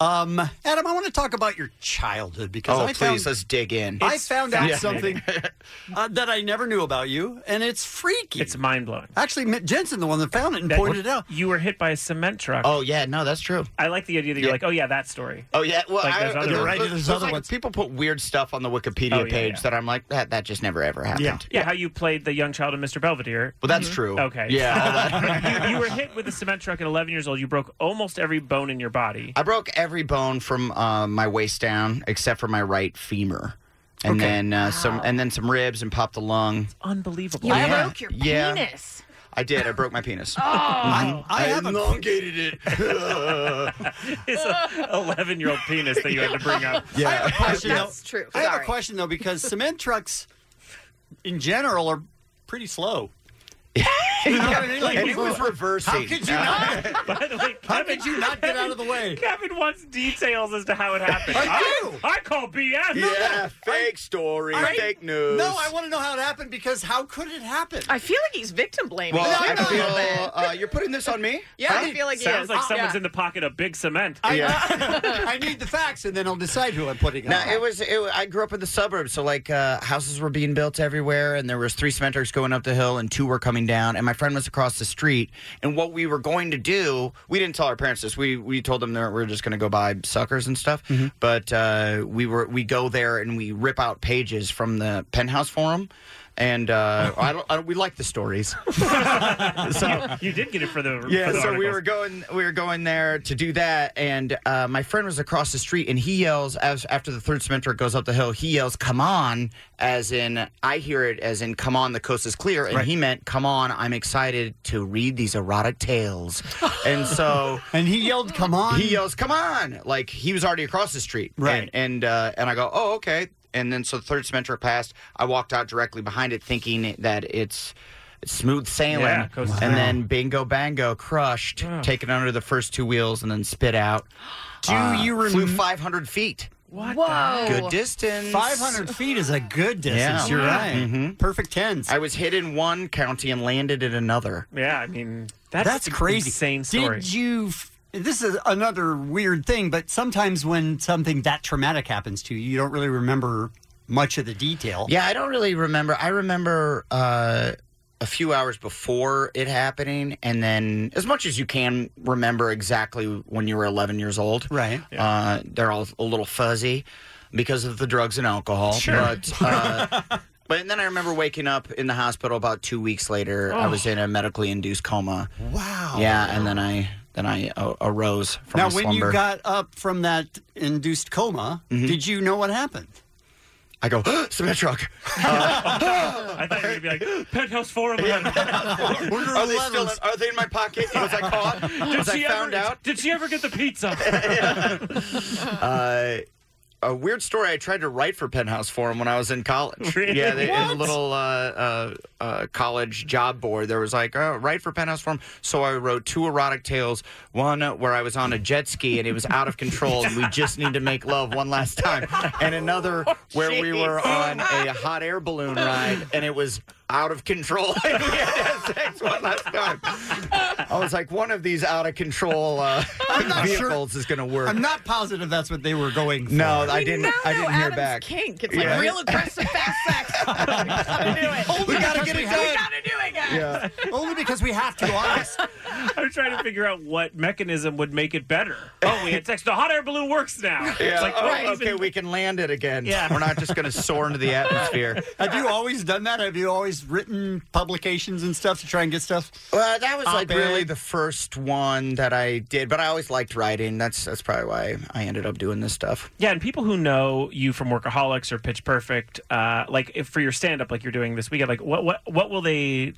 Um, Adam, I want to talk about your childhood because Oh, I please, found, let's dig in. I found out fascinating. something uh, that I never knew about you, and it's freaky. It's mind blowing. Actually, Mitt Jensen, the one that found it and pointed it out. You were hit by a cement truck. Oh, yeah. No, that's true. I like the idea that you're like, oh yeah, that story. Oh, yeah. Well, Like I, there's other You're ones. right, those- there's those, other like, ones. People put weird stuff on the Wikipedia Oh, yeah, page yeah. that I'm like, that, that just never ever happened. Yeah, how you played the young child of Mr. Belvedere. Well, that's true. Mm-hmm. Okay. *laughs* Yeah. all that. you, you were hit with a cement truck at 11 years old. You broke almost every bone in your body. I broke every bone from uh, my waist down except for my right femur, and Okay. then uh, some, and then some ribs, and popped a lung. Unbelievable. You Yeah. broke your Yeah. penis. I did. I broke my *laughs* Oh. penis. I- I have a- *laughs* elongated it. it's *laughs* an 11 year old penis that you had to bring *laughs* *laughs* up. I have a question, That's though. I have a question though because cement trucks, in general, are pretty *laughs* slow. You know what I mean? Like, And it was reversing. How could you *laughs* not? By the way, How could you not get out of the way? *laughs* Kevin wants details as to how it happened. I do. I, call BS. *laughs* Yeah, fake story, I- fake news. No, *laughs* I want to know how it happened because how could it happen? I feel like he's victim blaming. Well, too, I a little feel *laughs* bit. uh, you're putting this on me. Yeah, I feel like he Sounds is. like Uh, someone's yeah. in the pocket of big cement. I need the facts, and then I'll decide who I'm putting. Now on. it was. It, wa- I grew up in the suburbs, so like uh, houses were being built everywhere, and there was three cement trucks going up the hill, and two were coming down. And my friend was across the street, and what we were going to do, we didn't tell our parents this. We we told them that we are just going to go buy suckers and stuff. But uh, we were we go there and we rip out pages from the penthouse forum, and uh, I, don't, I don't. We like the stories. *laughs* you, you did get it for the Yeah, for the so we articles. were going we were going there to do that, and uh, my friend was across the street, and he yells as after the third cement truck goes up the hill, he yells "Come on!" as in I hear it as in "Come on, the coast is clear," and he meant "Come on, I'm excited to read these *laughs* erotic tales," and so and he yelled "Come on!" He yells "Come on!" like he was already across the street, right? And and, uh, and I go, "Oh, okay." And then so the third cement truck passed. I walked out directly behind it, thinking that it's. Smooth sailing, Yeah, coast is and clear. then bingo bango crushed, Wow. taken under the first two wheels and then spit out. Uh, Do you rem- flew 500 feet? What? Whoa. Good distance. 500 feet is a good distance. Yeah. You're Wow. right. Perfect tens. I was hit in one county and landed in another. Yeah, I mean that's, That's crazy. Insane story. Did you? F- this is another weird thing, but sometimes when something that traumatic happens to you, you don't really remember much of the detail. Yeah, I don't really remember. I remember uh, a few hours before it happening, and then as much as you can remember exactly when you were 11 years old. Right. Uh, they're all a little fuzzy because of the drugs and alcohol. Sure. But, uh, but and then I remember waking up in the hospital about two weeks later. I was in a medically induced coma. Oh. Wow. Yeah, and then I then I uh, arose from now, a when slumber. Mm-hmm. you got up from that induced coma, did you know what happened? I go, *gasps* cement truck. I thought you were gonna be like penthouse forum. *laughs* are they still? In, are they in my pocket? Was *laughs* I caught? Was I found ever, out? Did she ever get the *laughs* pizza? Uh, a weird story. I tried to write for Penthouse Forum when I was in college. Really? Yeah, they, in a What? little uh, uh, uh, college job board, there was like, oh, write for Penthouse Forum. So I wrote two erotic tales. One where I was on a jet ski and it was out of control, and we just need to make love one last time. *laughs* And another Oh, where we were on a hot air balloon ride, and it was out of control. *laughs* And we had to have sex one last time. I was like, one of these out of control uh, *laughs* not sure- *laughs* vehicles is going to work. I'm not positive that's what they were going for. No, I didn't. I Oh, didn't hear Adam's back. kink. It's like Yeah. *laughs* real aggressive fast sex. I'm gonna do it. Only We because gotta get we it have- done. We gotta do it, guys. Yeah. Only because we have to, honest. *laughs* I'm trying to figure out what mechanism would make it better. Oh, we had sex. The hot air balloon works now. Yeah. It's like, oh, oh, even- okay, we can land it again. Yeah. We're not just going to soar *laughs* into the atmosphere. Have you always done that? Have you always written publications and stuff to try and get stuff? Well, that was like Op-ed. really the first one that I did, but I always liked writing. That's that's probably why I ended up doing this stuff. Yeah, and people who know you from Workaholics or Pitch Perfect, uh, like if for your stand up, like you're doing this weekend, like what what what will they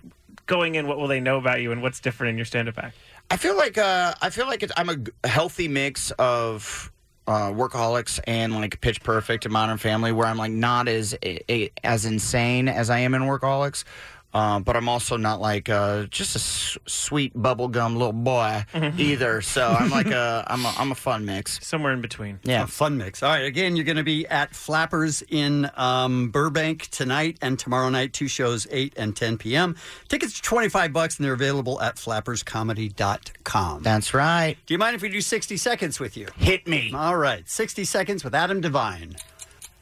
going in? What will they know about you, and what's different in your stand up act? I feel like uh, I feel like it's, I'm a g- healthy mix of uh, workaholics and like Pitch Perfect and Modern Family, where I'm like not as i- i- as insane as I am in workaholics. Uh, but I'm also not like uh, just a s- sweet bubblegum little boy either. So I'm like a I'm a, I'm a fun mix. Somewhere in between. Yeah. A fun mix. All right. Again, you're going to be at Flappers in um, Burbank tonight and tomorrow night. Two shows, 8 and 10 p.m. Tickets are 25 bucks, and they're available at flapperscomedy.com. That's right. Do you mind if we do 60 seconds with you? Hit me. All right. 60 seconds with Adam Devine.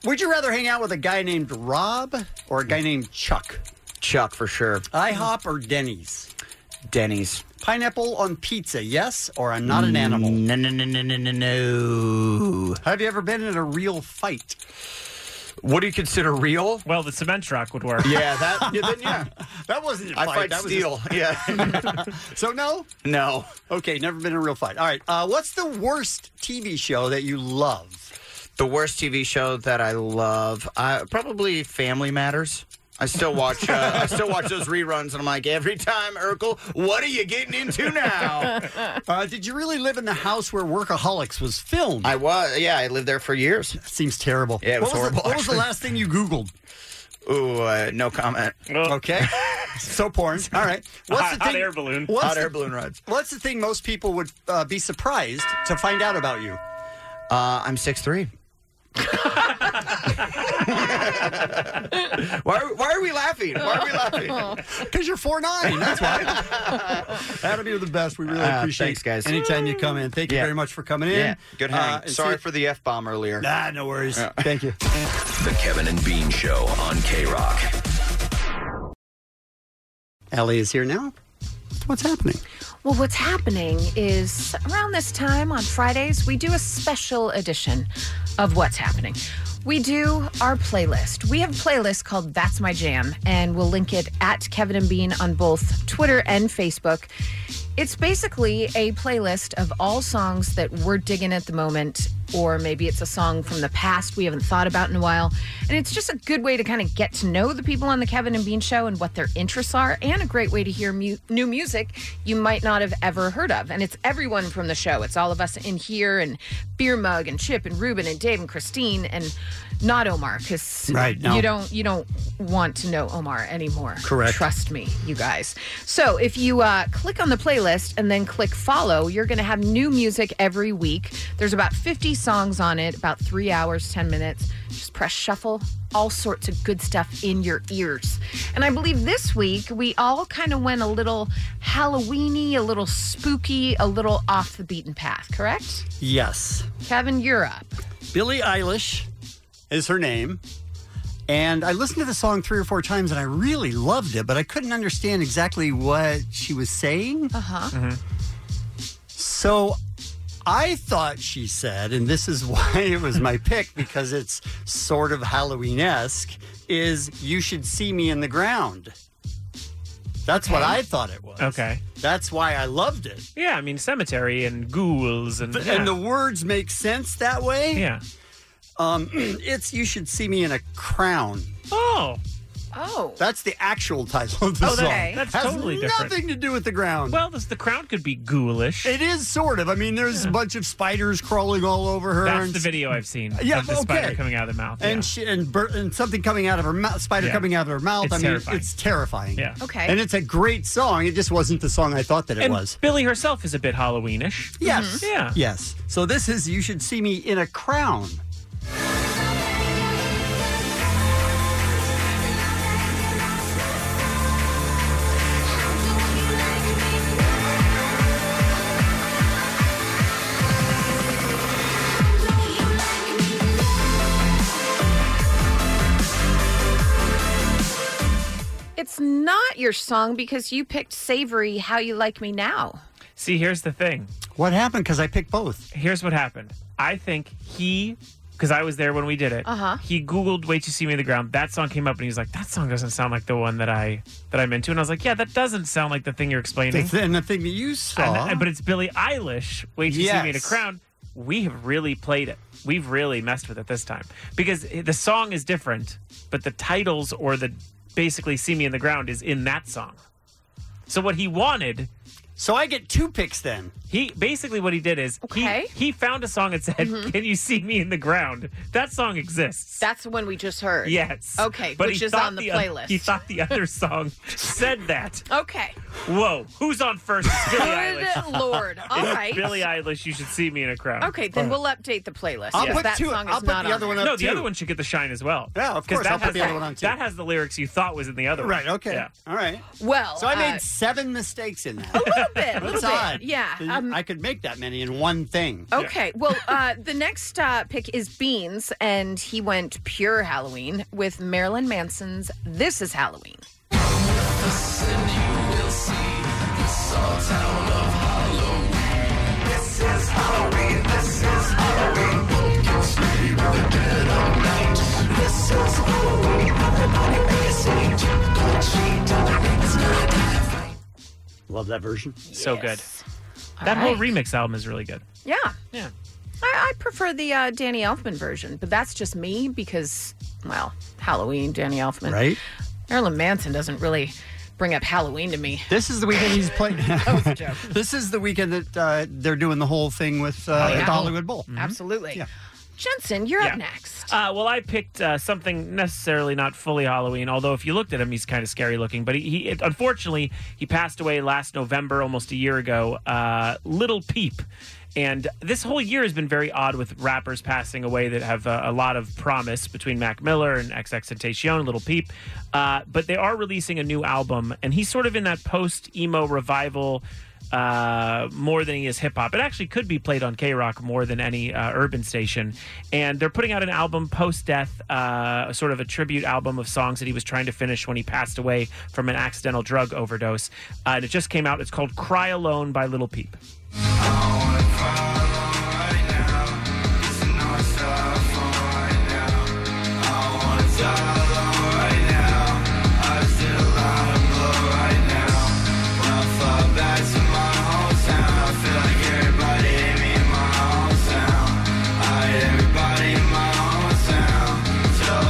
Would you rather hang out with a guy named Rob or a guy named Chuck? Mm. Chuck for sure. IHOP or Denny's? Denny's. Pineapple on pizza, yes, or I'm not an animal? No, no, no, no, no, no, no. Have you ever been in a real fight? What do you consider real? Well, the cement truck would work. *laughs* Yeah, that. Yeah, *laughs* then yeah. That wasn't a I fight. fight that was *laughs* steel. Yeah. *laughs* so no. No. Okay. Never been in a real fight. All right. Uh, what's the worst *laughs* TV show that you love? The worst TV show that I love, uh, probably Family Matters. I still watch. Uh, *laughs* I still watch those reruns, and I'm like, every time, Urkel, what are you getting into *laughs* now? uh, did you really live in the house where Workaholics was filmed? I was. Yeah, I lived there for years. seems terrible. Yeah, it what was was, horrible. the, what was the actually. last thing you Googled? Ooh, uh, no comment. Okay. so porn. All right. Hot- hot air balloon. what's Hot the- air balloon rides. What's the thing most people would uh, be surprised to find out about you? *laughs* Uh, I'm *laughs* six three. *laughs* why, are- why are we laughing? Why are we laughing? *laughs* Because you're four nine. That's why. Adam, you're the best. We really Uh, appreciate thanks, guys. Anytime you come in. Thank you Yeah. very much for coming in. Uh, Yeah, good hang. and Sorry see- for the f bomb earlier. Nah, no worries. Yeah. Thank you. *laughs* The Kevin and Bean Show on K Rock. Ellie is here now. What's happening? Well, what's happening is around this time on Fridays, we do a special edition of What's Happening. We do our playlist. We have a playlist called That's My Jam, and we'll link it at Kevin and Bean on both Twitter and Facebook. It's basically a playlist of all songs that we're digging at the moment, or maybe it's a song from the past we haven't thought about in a while. And it's just a good way to kind of get to know the people on the Kevin and Bean show and what their interests are, and a great way to hear mu- new music you might not have ever heard of. And it's everyone from the show. It's all of us in here, and Beer Mug, and Chip, and Ruben, and Dave, and Christine, and not Omar, because Right, no. you don't you don't want to know Omar anymore. Correct. Trust me, you guys. So if you uh, click on the playlist and then click follow, you're going to have new music every week. There's about 50 songs on it, about three hours, 10 minutes. Just press shuffle, all sorts of good stuff in your ears. And I believe this week we all kind of went a little Halloweeny, a little spooky, a little off the beaten path. Correct, Yes. Kevin? You're up. Billie Eilish is her name. And I listened to the song three or four times and I really loved it, but I couldn't understand exactly what she was saying. Uh huh. So I thought she said, and this is *laughs* why it was my pick because it's sort of Halloween esque, is you should see me in the ground. That's what Okay. I thought it was. Okay. That's why I loved it. Yeah, I mean cemetery and ghouls and Th- yeah. And the words make sense that way. Yeah. Um, *clears throat* it's you should see me in a crown. Oh. Oh. That's the actual title of the Oh, that- song. that's Has totally different. Nothing to do with the ground. Well, this, the crown could be ghoulish. it is sort of. I mean, there's a bunch of spiders crawling all over her. That's and the video I've seen Yeah, of the spider okay. coming out of the mouth. and yeah. she and, bur- and something coming out of her mouth, spider Yeah. coming out of her mouth. It's I mean, terrifying. it's terrifying. Yeah. Okay. And it's a great song. It just wasn't the song I thought that it And was. Billy herself is a bit Halloweenish. Mm-hmm. Yes. Yeah. Yes. So this is you should see me in a crown. It's not your song because you picked Savory How You Like Me Now. See, here's the thing. What happened? Because I picked both. Here's what happened. I think he, because I was there when we did it. Uh-huh. He Googled "Wait to See Me in the Ground." That song came up, and he's like, "That song doesn't sound like the one that I that I'm into." And I was like, "Yeah, that doesn't sound like the thing you're The explaining." th- and the thing that you And- saw. and- but it's Billie Eilish. Wait to see me in a Yes. crown. We have really played it. We've really messed with it this time because the song is different, but the titles or the basically "See Me in the Ground" is in that song. So what he wanted. So I get two picks then. He basically what he did is Okay. Mm-hmm. he he found a song that said, "Can you see me in the ground?" That song exists. That's the one we just heard. Yes. Okay, But which he is thought on the, oth- playlist. he thought the other *laughs* song said that. okay. Whoa, who's on first? It's Billie Good Eilish. lord. All It's right. Billie Eilish, you should see me in a crowd. Okay, then we'll update the playlist. I'll because put that two- song I'll is put not the on other there. one No, the other one should get the shine as well. Yeah, of 'Cause course, That I'll put has the other one on, too. That has the lyrics you thought was in the other. Right. one. Okay. Yeah. All right. Well, so I made uh, seven mistakes in that. A little bit, a little *laughs* That's bit. odd. Yeah. So you- um, I could make that many in one thing. Okay. Well, uh, the next uh, pick is Beans, and he went pure Halloween with Marilyn Manson's This Is Halloween. Halloween, this is Halloween. Pumpkin spirit with the dead of night. This Love that version. So good. That whole remix album is really good. Yeah. Yeah. I, I prefer the uh, Danny Elfman version, but that's just me because, well, Halloween, Danny Elfman. Right? Marilyn Manson doesn't really bring up Halloween to me. This is the weekend *laughs* he's playing. *laughs* this is the weekend that uh, they're doing the whole thing with uh, yeah. the Hollywood Bowl. Oh, Mm-hmm. Absolutely. Jensen, you're Yeah. up next. Uh, well, I picked uh, something necessarily not fully Halloween, although if you looked at him, he's kind of scary looking. But he, he it, unfortunately, he passed away last November, almost a year ago. Uh, Little Peep. And this whole year has been very odd with rappers passing away that have uh, a lot of promise between Mac Miller and XXXTentacion, Little Peep. Uh, but they are releasing a new album, and he's sort of in that post emo revival uh, more than he is hip hop. It actually could be played on K Rock more than any uh, urban station. And they're putting out an album post death, uh, sort of a tribute album of songs that he was trying to finish when he passed away from an accidental drug overdose. Uh, and it just came out. It's called Cry Alone by Little Peep.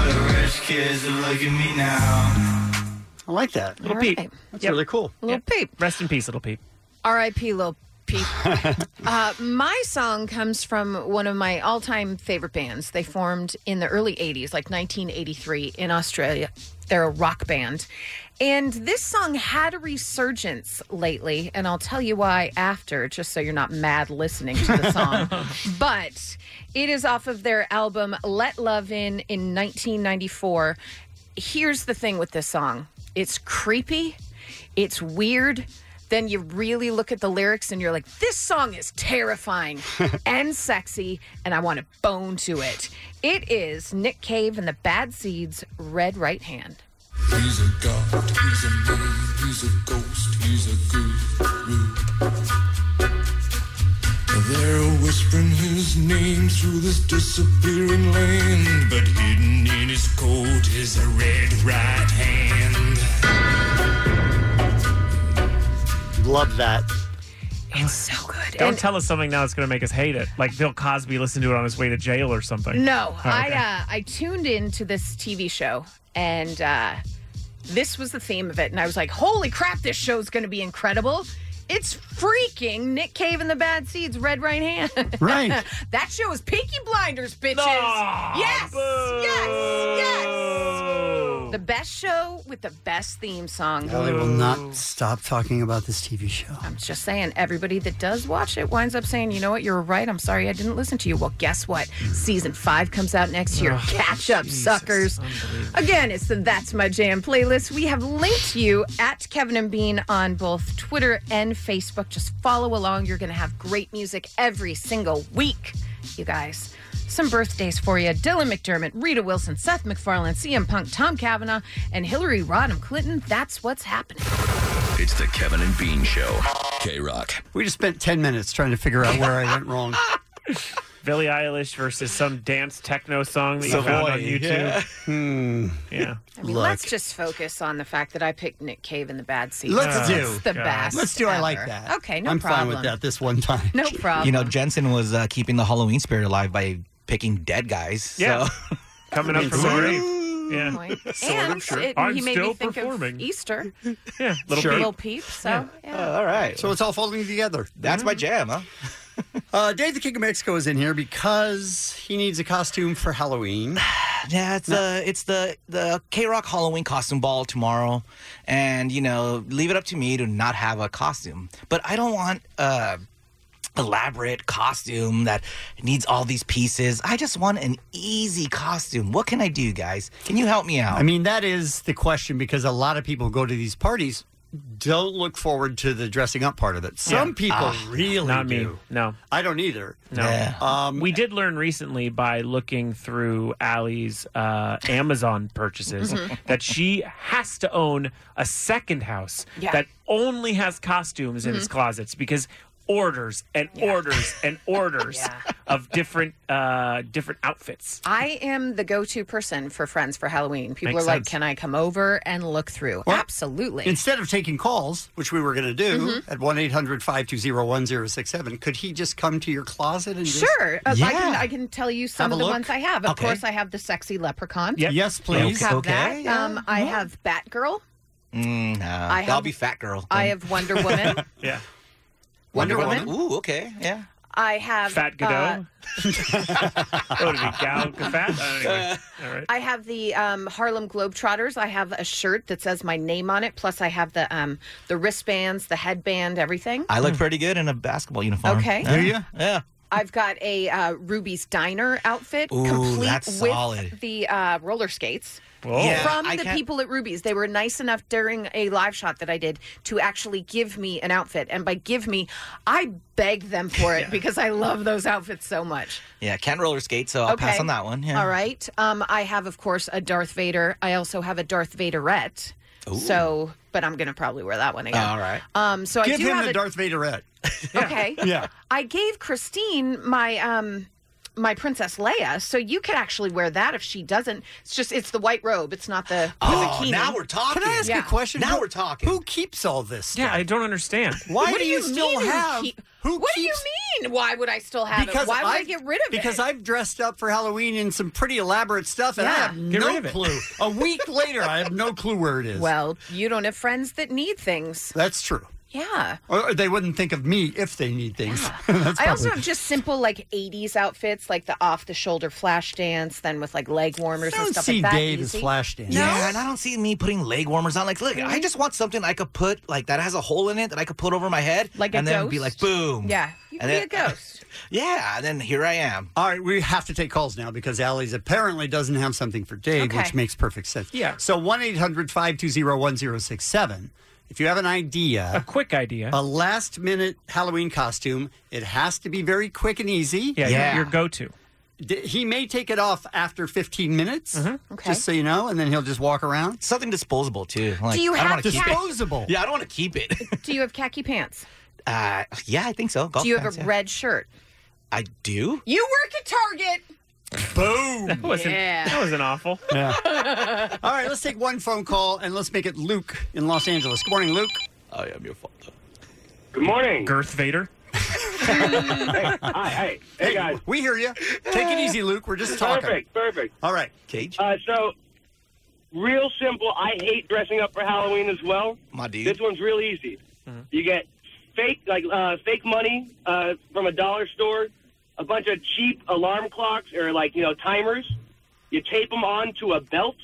Look at me now. I like that. Little All Peep. right. That's really cool. Little Peep. Rest in peace, Little Peep. R.I.P. Lil *laughs* Peep. uh, my song comes from one of my all-time favorite bands. They formed in the early '80s, like 1983, in Australia. They're a rock band, and this song had a resurgence lately. And I'll tell you why after, just so you're not mad listening to the song. but it is off of their album "Let Love In" in 1994. Here's the thing with this song: it's creepy, it's weird. Then you really look at the lyrics and you're like, this song is *laughs* terrifying and sexy, and I want to bone to it. It is Nick Cave and the Bad Seeds Red Right Hand. He's a god, he's a man, he's a ghost, he's a guru. They're whispering his name through this disappearing land, but hidden in his coat is a red right hand. Love that. It's so good. Don't And- tell us something now that's going to make us hate it. Like Bill Cosby listened to it on his way to jail or something. No, Oh, I okay. uh, I tuned into this TV show and uh, this was the theme of it, and I was like, holy crap, this show's going to be incredible. It's freaking Nick Cave and the Bad Seeds, Red Right Hand. Right. *laughs* that show is Pinky Blinders, bitches. Aw, yes, yes, yes. The best show with the best theme song. I will not stop talking about this TV show. I'm just saying, everybody that does watch it winds up saying, you know what, you're right. I'm sorry I didn't listen to you. Well, guess what? Season five comes out next year. Ugh, Catch up, suckers. Again, it's the That's My Jam playlist. We have linked you at Kevin and Bean on both Twitter and Facebook. Just follow along. You're going to have great music every single week, you guys. Some birthdays for you Dylan McDermott, Rita Wilson, Seth MacFarlane, CM Punk, Tom Kavanaugh, and Hillary Rodham Clinton. That's what's happening. It's the Kevin and Bean Show. K Rock. We just spent 10 minutes trying to figure out where I *laughs* went wrong. Billie Eilish versus some dance techno song that you Savoy, found on YouTube. yeah. Hmm. Yeah. I mean, let's just focus on the fact that I picked Nick Cave in the bad seat. Let's do. That's the God. best. Let's do I Like ever. That. Okay, no I'm problem. fine with At this one time. No problem. *laughs* You know, Jensen was uh, keeping the Halloween spirit alive by picking dead guys. Yeah. so. *laughs* Coming up from the grave. Yeah. Point. and it, I'm he made still me think performing. of Easter. Yeah, Little Sure. Peep. Little peep. So yeah. Oh, all right. So it's all folding together. That's my jam, huh? *laughs* uh, Dave the King of Mexico is in here because he needs a costume for Halloween. *sighs* Yeah, it's uh, it's the the K Rock Halloween costume ball tomorrow, and you know, leave it up to me to not have a costume. But I don't want a elaborate costume that needs all these pieces. I just want an easy costume. What can I do, guys? Can you help me out? I mean, that is the question because a lot of people go to these parties don't look forward to the dressing up part of it. Some Yeah. people Ah, really not me. do. No. I Um, don't either. No. we did learn recently by looking through Allie's uh, Amazon purchases Mm-hmm. Mhm. that she has to own a second house Yeah. that only has costumes in its Mhm. Mm-hmm. closets because orders and orders *laughs* and orders of different uh, different outfits. I am the go-to person for friends for Halloween. People Makes are like, sense. "Can I come over and look through?" Absolutely. Instead of taking calls, which we were going to do Mm-hmm. at 1 800 520 1067, could he just come to your closet and just- Sure, uh, I can. I can tell you some Have a of the look. ones I have. Of Okay. course, I have the sexy leprechaun. Yep. Yes, please. I have Okay, that. yeah, um, I have Batgirl. Mm, no. I I'll have- be fat girl. I have Wonder Woman. *laughs* yeah. Wonder, Woman? Ooh, okay. Yeah. I have Fat uh, Godot? *laughs* Oh, to be gal, fat. Uh, *laughs* anyway. All right. I have the um, Harlem Globetrotters. I have a shirt that says my name on it. Plus, I have the um, the wristbands, the headband, everything. I look pretty good in a basketball uniform. Okay. Yeah. Hmm. Do ya? Yeah. I've got a uh, Ruby's Diner outfit, Ooh, complete that's with solid. the uh, roller skates. Whoa. Yeah, from I the can't- people at Ruby's. They were nice enough during a live shot that I did to actually give me an outfit. And by give me, I begged them *laughs* for it because I love those outfits so much. Yeah. Can't roller skate, so I'll pass on that one. Yeah. All right. Um, I have, of course, a Darth Vader. I also have a Darth Vaderette. Ooh. So, but I'm going to probably wear that one again. All right. Um, so I Give do him have the a, Darth Vaderette. Okay. *laughs* Yeah. I gave Christine my um my Princess Leia, so you could actually wear that if she doesn't. It's just it's the white robe. It's not the, the Oh, bikini. now we're talking. Can I ask you a question? Now we're talking. Who keeps all this stuff? Yeah, I don't *laughs* understand. Why do you still mean who have- keep- what do you mean? Why would I still have it? Why would I get rid of because it? I've dressed up for Halloween in some pretty elaborate stuff, and I Yeah. have Get no rid of it. clue. *laughs* A week later, I have no clue where it is. Well, you don't have friends that need things. that's true. Yeah. Or or they wouldn't think of me if they need things. *laughs* That's I also probably- have just simple like '80s outfits, like the off-the-shoulder flash dance, then with like leg warmers and stuff like that. easy. No? Yeah, and I don't see me putting leg warmers on. Like, look, I just want something I could put like that has a hole in it that I could put over my head, Like a and then be like, ghost? boom. Yeah, you can And be a then- ghost. yeah, and then here I am. All right, we have to take calls now because Allie's apparently doesn't have something for Dave, Okay. which makes perfect sense. Yeah. So 1 800 520 1067. If you have an idea, a quick idea, a last minute Halloween costume, it has to be very quick and easy. Yeah, your- Yeah. your go-to. He may take it off after 15 minutes, Mm-hmm. Okay. just so you know, and then he'll just walk around. Something disposable, too. Do you I don't have wanna keep it. disposable? *laughs* Yeah, I don't want to keep it. *laughs* Do you have khaki pants? Uh, yeah, I think so. Golf do you have pants, a yeah. red shirt? I do. You work at Target. Boom. That wasn't, Yeah. that wasn't *laughs* awful. Yeah. All right, let's take one phone call and let's make it Luke in Los Angeles. Good morning, Luke. I am your father. Good morning. Girth Vader. hey, *laughs* hi, hey, hey, guys. We hear you. Take it easy, Luke. We're just talking. Perfect, perfect. All right, Cage. Uh, so, real simple. I hate dressing up for Halloween as well. My dude. This one's real easy. Mm-hmm. You get fake, like uh, fake money uh, from a dollar store, a bunch of cheap alarm clocks or like you know timers. You tape them onto a belt,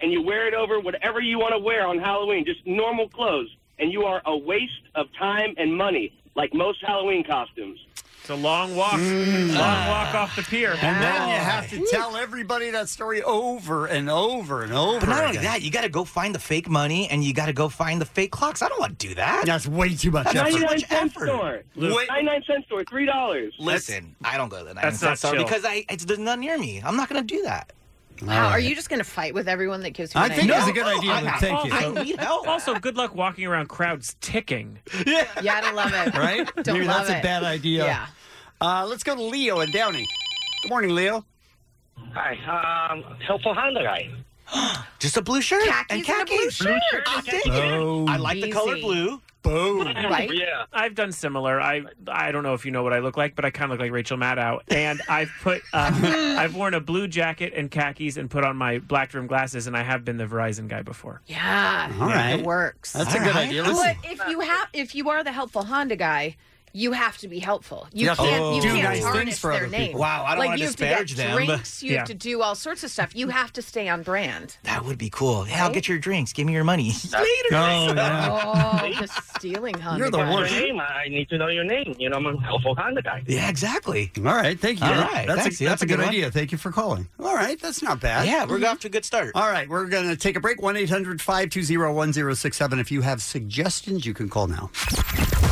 and you wear it over whatever you want to wear on Halloween, just normal clothes. And you are a waste of time and money, like most Halloween costumes. It's a long walk. Mm. Long Ah. walk off the pier. And then you have to tell everybody that story over and over and over. But not only again. that, you got to go find the fake money and you got to go find the fake clocks. I don't want to do that. That's way too much That's effort. too much e-, 99 cent effort. store. Luke, 99 cent store, $3. listen, I don't go to the That's 99 cent not store chill. because I it's there's none near me. I'm not going to do that. Wow, are you just going to fight with everyone that gives you? an idea? Oh, I need help. Also, good luck walking around crowds ticking. Yeah, yeah, I don't love it. right? *laughs* Don't Maybe love that's a it. bad idea. Yeah. Uh, let's go to Leo and Downey. Good morning, Leo. Hi, um, helpful Honda guy. Just a blue shirt and Khakis and a blue khakis. shirt. I'm Blue shirt. digging it. Oh, Boom. I like the color Easy. blue. Boom. Right? Yeah. I've done similar. I I don't know if you know what I look like, but I kind of look like Rachel Maddow. And I've put *laughs* uh, I've worn a blue jacket and khakis and put on my black rim glasses, and I have been the Verizon guy before. Yeah. All right. It works. That's a All good right. idea. But Listen. if you have, if you are the helpful Honda guy. You have to be helpful. You You have to can't. you do can't nice tarnish things for their other people. name. Wow, I don't like, wanna you have disparage to get them, but- Drinks. You have Yeah. to do all sorts of stuff. You have to stay on brand. That would be cool. Yeah, I'll get your drinks. Give me your money. *laughs* Later. *laughs* Oh, just stealing Honda. guys. Your name, I need to know your name. You know, I'm a helpful Honda guy. Yeah, exactly. All right, thank you. All right, that's thanks. a, Yeah, that's a good, idea. Thank you for calling. All right, that's not bad. Yeah, we're off to a good start. All right, we're going to take a break. 1 800 520 1067. If you have suggestions, you can call now.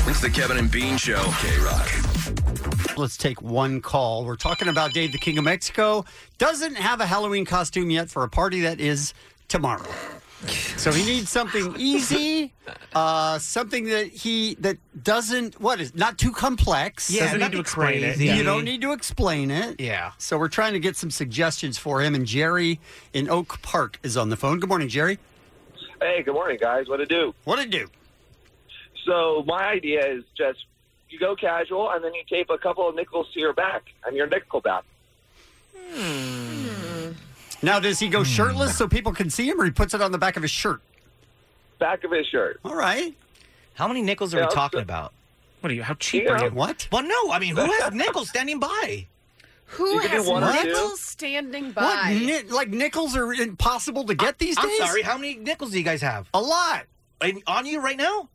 It's the Kevin and Bean Show. K Rock. Let's take one call. We're talking about Dave, the King of Mexico. Doesn't have a Halloween costume yet for a party that is tomorrow. So he needs something easy, uh, something that he that doesn't what is not too complex. Yeah, Doesn't need to explain it. You Yeah. don't need to explain it. Yeah. So we're trying to get some suggestions for him. And Jerry in Oak Park is on the phone. Good morning, Jerry. Hey, good morning, guys. What to do? What to do? So my idea is just you go casual and then you tape a couple of nickels to your back and your nickel back. Hmm. Now does he go shirtless so people can see him, or he puts it on the back of his shirt? Back of his shirt. All right. How many nickels are Yeah, we so- talking about? What are you? How cheap are you? What? Well, no. I mean, who has nickels standing by? Who You can do has one or two. nickels standing by? What ni- like nickels are impossible to get these I'm days? sorry. How many nickels do you guys have? A lot. on you right now?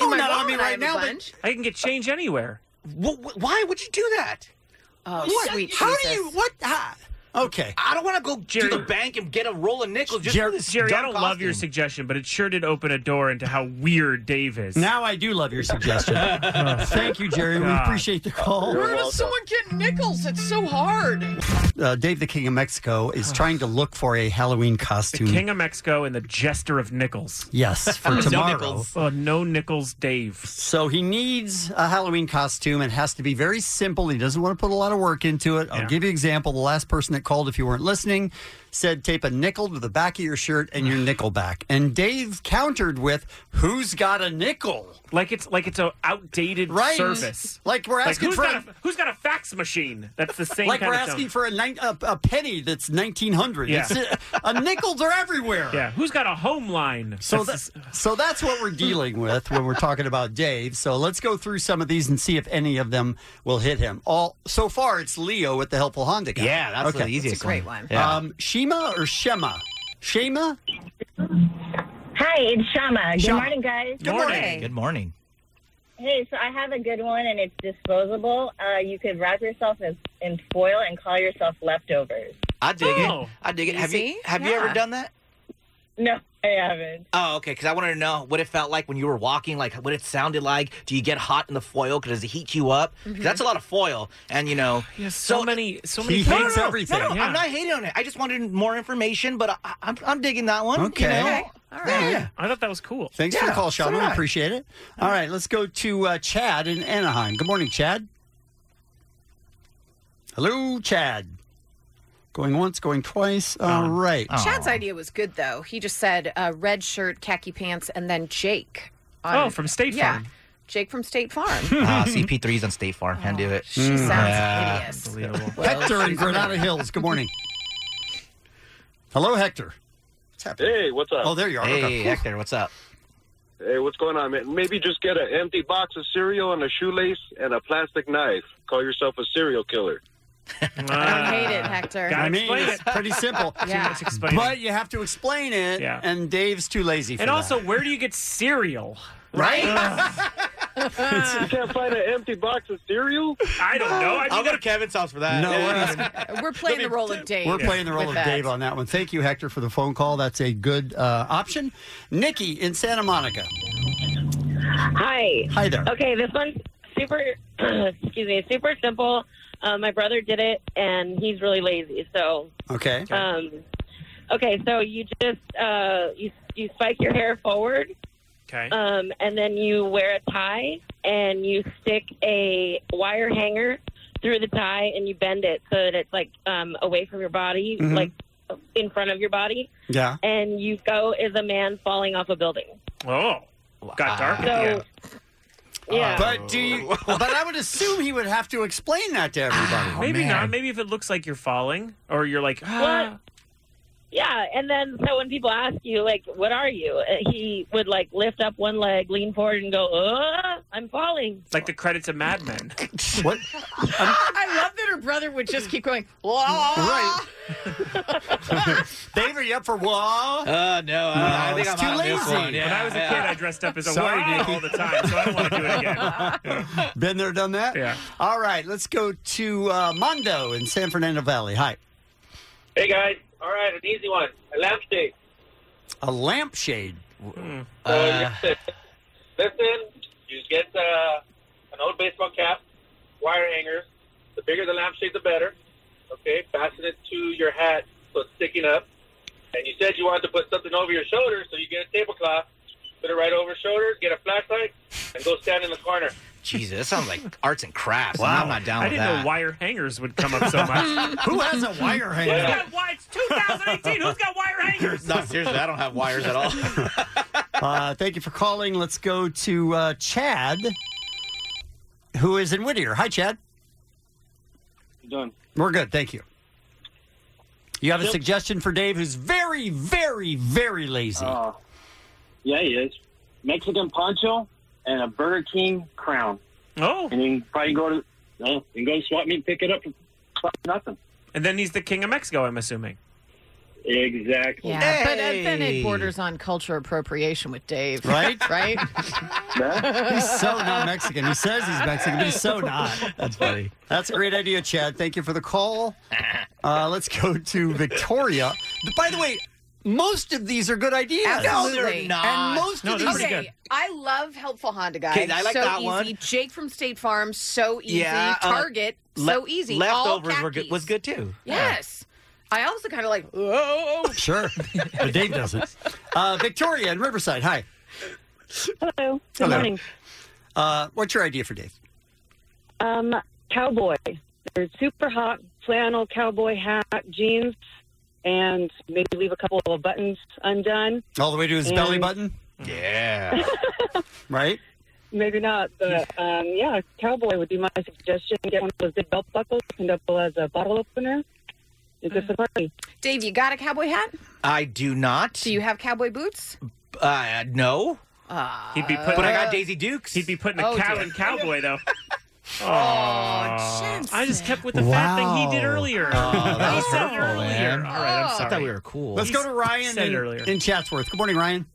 Oh, Oh, my not on wallet, me I right have a now, but bunch. I can get change anywhere. why would you do that? Oh, What? sweet How do Jesus. you? What? how- Okay. I don't want to go to the bank and get a roll of nickels just for Jerry, this Jerry I dumb don't love your costume. suggestion, but it sure did open a door into how weird Dave is. Now I do love your suggestion. *laughs* Thank you, Jerry. We God. appreciate the call. Where does someone get nickels? It's so hard. uh, Dave the King of *sighs* Mexico is trying to look for a Halloween costume. King of Mexico and the Jester of Nickels. Yes, *laughs* for No tomorrow. nickels. Oh, no nickels, Dave. So he needs a Halloween costume. It has to be very simple. He doesn't want to put a lot of work into it. I'll give you an example. The last person that called, if you weren't listening, said tape a nickel to the back of your shirt *sighs* and your nickel back. And Dave countered with, "Who's got a nickel?" Like it's like it's an outdated Right. service. Like we're asking who's for got a, who's got a fax machine? That's the same. like kind we're of asking for a, nine, a, a penny that's nineteen hundred. Yeah. a nickels are everywhere. Yeah, who's got a home line? So That's that's, so that's what we're dealing with when we're talking about Dave. So let's go through some of these and see if any of them will hit him. All so far, it's Leo with the helpful Honda guy. Yeah, that's the easiest That's a great one. one. Yeah. Um, Shema or Shema? Shema. Hi, it's Shama. Good Shama. morning, guys. Good morning. Good morning. Hey, so I have a good one, and it's disposable. Uh, you could wrap yourself in, in foil and call yourself leftovers. I dig it. Oh, I dig it. Have easy. you have you ever Yeah. done that? No, I haven't. Oh, okay. Because I wanted to know what it felt like when you were walking, like what it sounded like. Do you get hot in the foil? 'Cause does it heat you up? 'Cause Mm-hmm. Mhm. That's a lot of foil, and you know, so many- so many No, things. no, no, Hates no, everything, no, no, yeah. I'm not hating on it. I just wanted more information, but I, I- I'm I'm digging that one. Okay. You know? Okay. All right. *laughs* I thought that was cool. Thanks for the Yeah, call, so Shama. did We I. appreciate it. All right, let's go to uh, Chad in Anaheim. Good morning, Chad. Hello, Chad. Going once, going twice. Oh. All right. Oh. Chad's idea was good though. He just said uh, red shirt, khaki pants, and then Jake. Oh, from State yeah, Farm. Jake from State Farm. *laughs* Ah, CP3's on State Farm. Can do it. Oh, She sounds hideous. Hector in Granada Hills. *laughs* Good morning. Hello, Hector. Hey, what's up? Oh, there you are. Hey, Okay. Hector, what's up? Hey, what's going on, man? Maybe just get an empty box of cereal and a shoelace and a plastic knife. Call yourself a serial killer. I hate it, Hector. I mean, it's *laughs* pretty simple. Yeah. But you have to explain it, Yeah. and Dave's too lazy for and that. also, where do you get cereal? Right? you can't find an empty box of cereal? I don't know. I I'll mean, go to Kevin's house for that. No, we're not We're playing the role of Dave. We're playing the role with of that. Dave on that one. Thank you, Hector, for the phone call. That's a good uh, option. Nikki in Santa Monica. Hi. Hi there. Okay, this one's super. *clears throat* excuse me, super simple. Uh, my brother did it, and he's really lazy. So, Okay. um, okay, so you just uh, you you spike your hair forward, *laughs* Okay. um, and then you wear a tie, and you stick a wire hanger through the tie, and you bend it so that it's like um, away from your body, Mhm. like in front of your body, Yeah. and you go as a man falling off a building. Oh, got dark. So, at Ah. yeah. But do you, but I would assume he would have to explain that to everybody. the end. Maybe not. Maybe if it looks like you're falling, or you're like, ah, *sighs* Well, yeah, and then so when people ask you like, "What are you?" uh, he would like lift up one leg, lean forward, and go, "Uh, I'm falling." *gasps* like the credits of Mad Men. *laughs* what? *laughs* I love that her brother would just keep *laughs* going. Right. Dave, are you up for wall? Uh, no, I, I think it's I'm too out of this lazy. one. when I was a yeah. kid, I dressed up as a Sorry, wow Nikki. all the time, so I don't want to do it again. Been there, done that. Yeah. All right, let's go to uh, Mondo in San Fernando Valley. Hi. Hey guys, all right, an easy one. A lampshade. A lampshade. uh, So you listen, listen, you just get uh, an old baseball cap, wire hangers. The bigger the lampshade, the better. Okay, fasten it to your hat so it's sticking up. and you said you wanted to put something over your shoulder, so you get a tablecloth, put it right over your shoulder, get a flashlight, and go stand in the corner. Jesus, that sounds like arts and crafts. Wow. I'm not down I with didn't that. know wire hangers would come *laughs* up so much. Who has a wire hanger? Who's got wi- It's 2018. Who's got wire hangers? no, seriously, I don't have wires at all. *laughs* Uh, thank you for calling. Let's go to uh, Chad, who is in Whittier. Hi, Chad. You doing? We're good. Thank you. You have a Yep. suggestion for Dave, who's very, very, very lazy. Uh, yeah, *laughs* he is. Mexican poncho and a Burger King crown. Oh. And you can probably go to no, you can go to swap meet and pick it up for fucking nothing. And then he's the king of Mexico, I'm assuming. Exactly. Yeah, but uh, then it borders on culture appropriation with Dave, Right? *laughs* right? *laughs* he's so not Mexican. He says he's Mexican, but he's so not. That's funny. That's a great idea, Chad. Thank you for the *laughs* call. Uh, let's go to Victoria. By the way, most of these are good ideas. Absolutely. And most of these okay, I love helpful Honda guys. Okay, I like so that easy. one. Jake from State Farm, so easy. Yeah, uh, Target, so Le- easy. All Leftovers khakis. were good, was good too. Yes. I also kind of like, oh, whoa. *laughs* Sure. But Dave doesn't. Uh, Victoria in Riverside. Hi. Hello. Good Hello. morning. Uh, what's your idea for Dave? Um, cowboy. They're super hot flannel cowboy hat, jeans, and maybe leave a couple of buttons undone. All the way to his belly And- button? Yeah. *laughs* right? Maybe not, but um, yeah, cowboy would be my suggestion. Get one of those big belt buckles and double as a bottle opener. It's just a party. Mm. Dave, you got a cowboy hat? I do not. Do you have cowboy boots? Uh, no. Uh, He'd be putting. But I got Daisy Dukes. He'd be putting a Oh, cow dear. in cowboy though. Oh, I just kept with the Jensen. fat thing he did earlier. Oh, that was He said it hurtful, earlier. man. Oh, All right, I'm I sorry. thought we were cool. Let's go to Ryan Said in, it earlier. in Chatsworth. Good morning, Ryan.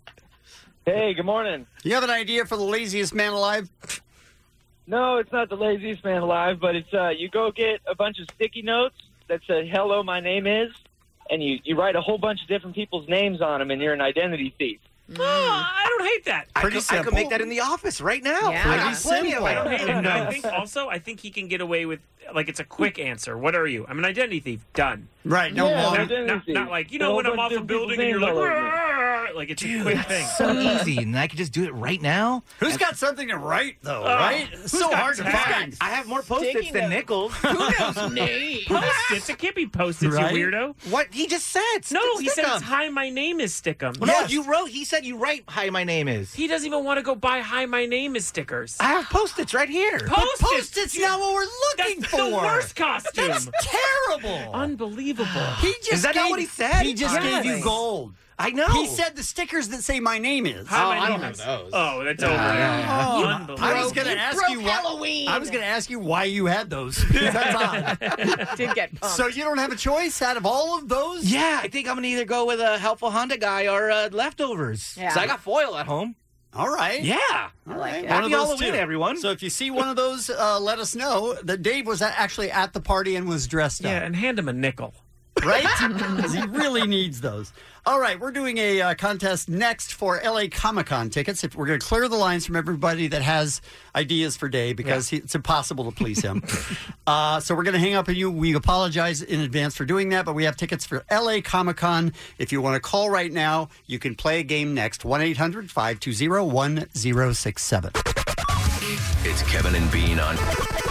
Hey, good morning. You have an idea for the laziest man alive? No, it's not the laziest man alive, but it's uh, you go get a bunch of sticky notes that say "Hello, my name is," and you you write a whole bunch of different people's names on them, and you're an identity thief. Oh, I don't hate that. I could, I could make that in the office right now. Yeah. I got plenty of I don't them. hate it. And I think also I think he can get away with like it's a quick answer. What are you? I'm an identity thief. Done. Right. No no Yeah, more. long- Not, not- not like you know Well, when I'm but off a different building and you're people's like, names all "Rrrr," like it's a quick thing. So easy, and I could just do it right now. Who's got something to write though? Uh, right? who's So got hard to tags? find. I have more post-its *laughs* than nickels. *laughs* Post-its. It can't be post-its, Right? you weirdo. What he just said. No, Stick- he said stick it's 'em. hi, my name is Stickum. Well, No, you wrote. He said you write. Hi, my name is. He doesn't even want to go buy "Hi, my name is" stickers. I have post-its right here. Post-its. Post-its not what we're looking That's the for. worst costume. That's terrible. Unbelievable. *gasps* He just Is that not gave- what he said? He just Yes. gave you gold. I know. He said the stickers that say my name is. Hi, my name is- Oh, that's over. Oh, Unbelievable. I was going to You ask broke you why. Halloween. I was going to ask you why you had *laughs* those. That's odd. Did get pumped. *laughs* So you don't have a choice out of all of those. Yeah, I think I'm gonna either go with a helpful Honda guy or uh, leftovers. Yeah. So I got foil at home. All right. Yeah. All right. One of it. Happy those Halloween, two. everyone. So if you see one of those, uh, let us know that Dave was a- actually at the party and was dressed up. Yeah, and hand him a nickel. right? 'Cause he really needs those. All right, we're doing a uh, contest next for LA Comic Con tickets. If we're going to clear the lines from everybody that has ideas for Dave because he, it's impossible to please *laughs* him. uh, so we're going to hang up on you. We apologize in advance for doing that, but we have tickets for LA Comic Con. If you want to call right now, you can play a game next 1 800 520 1067. It's Kevin and Bean on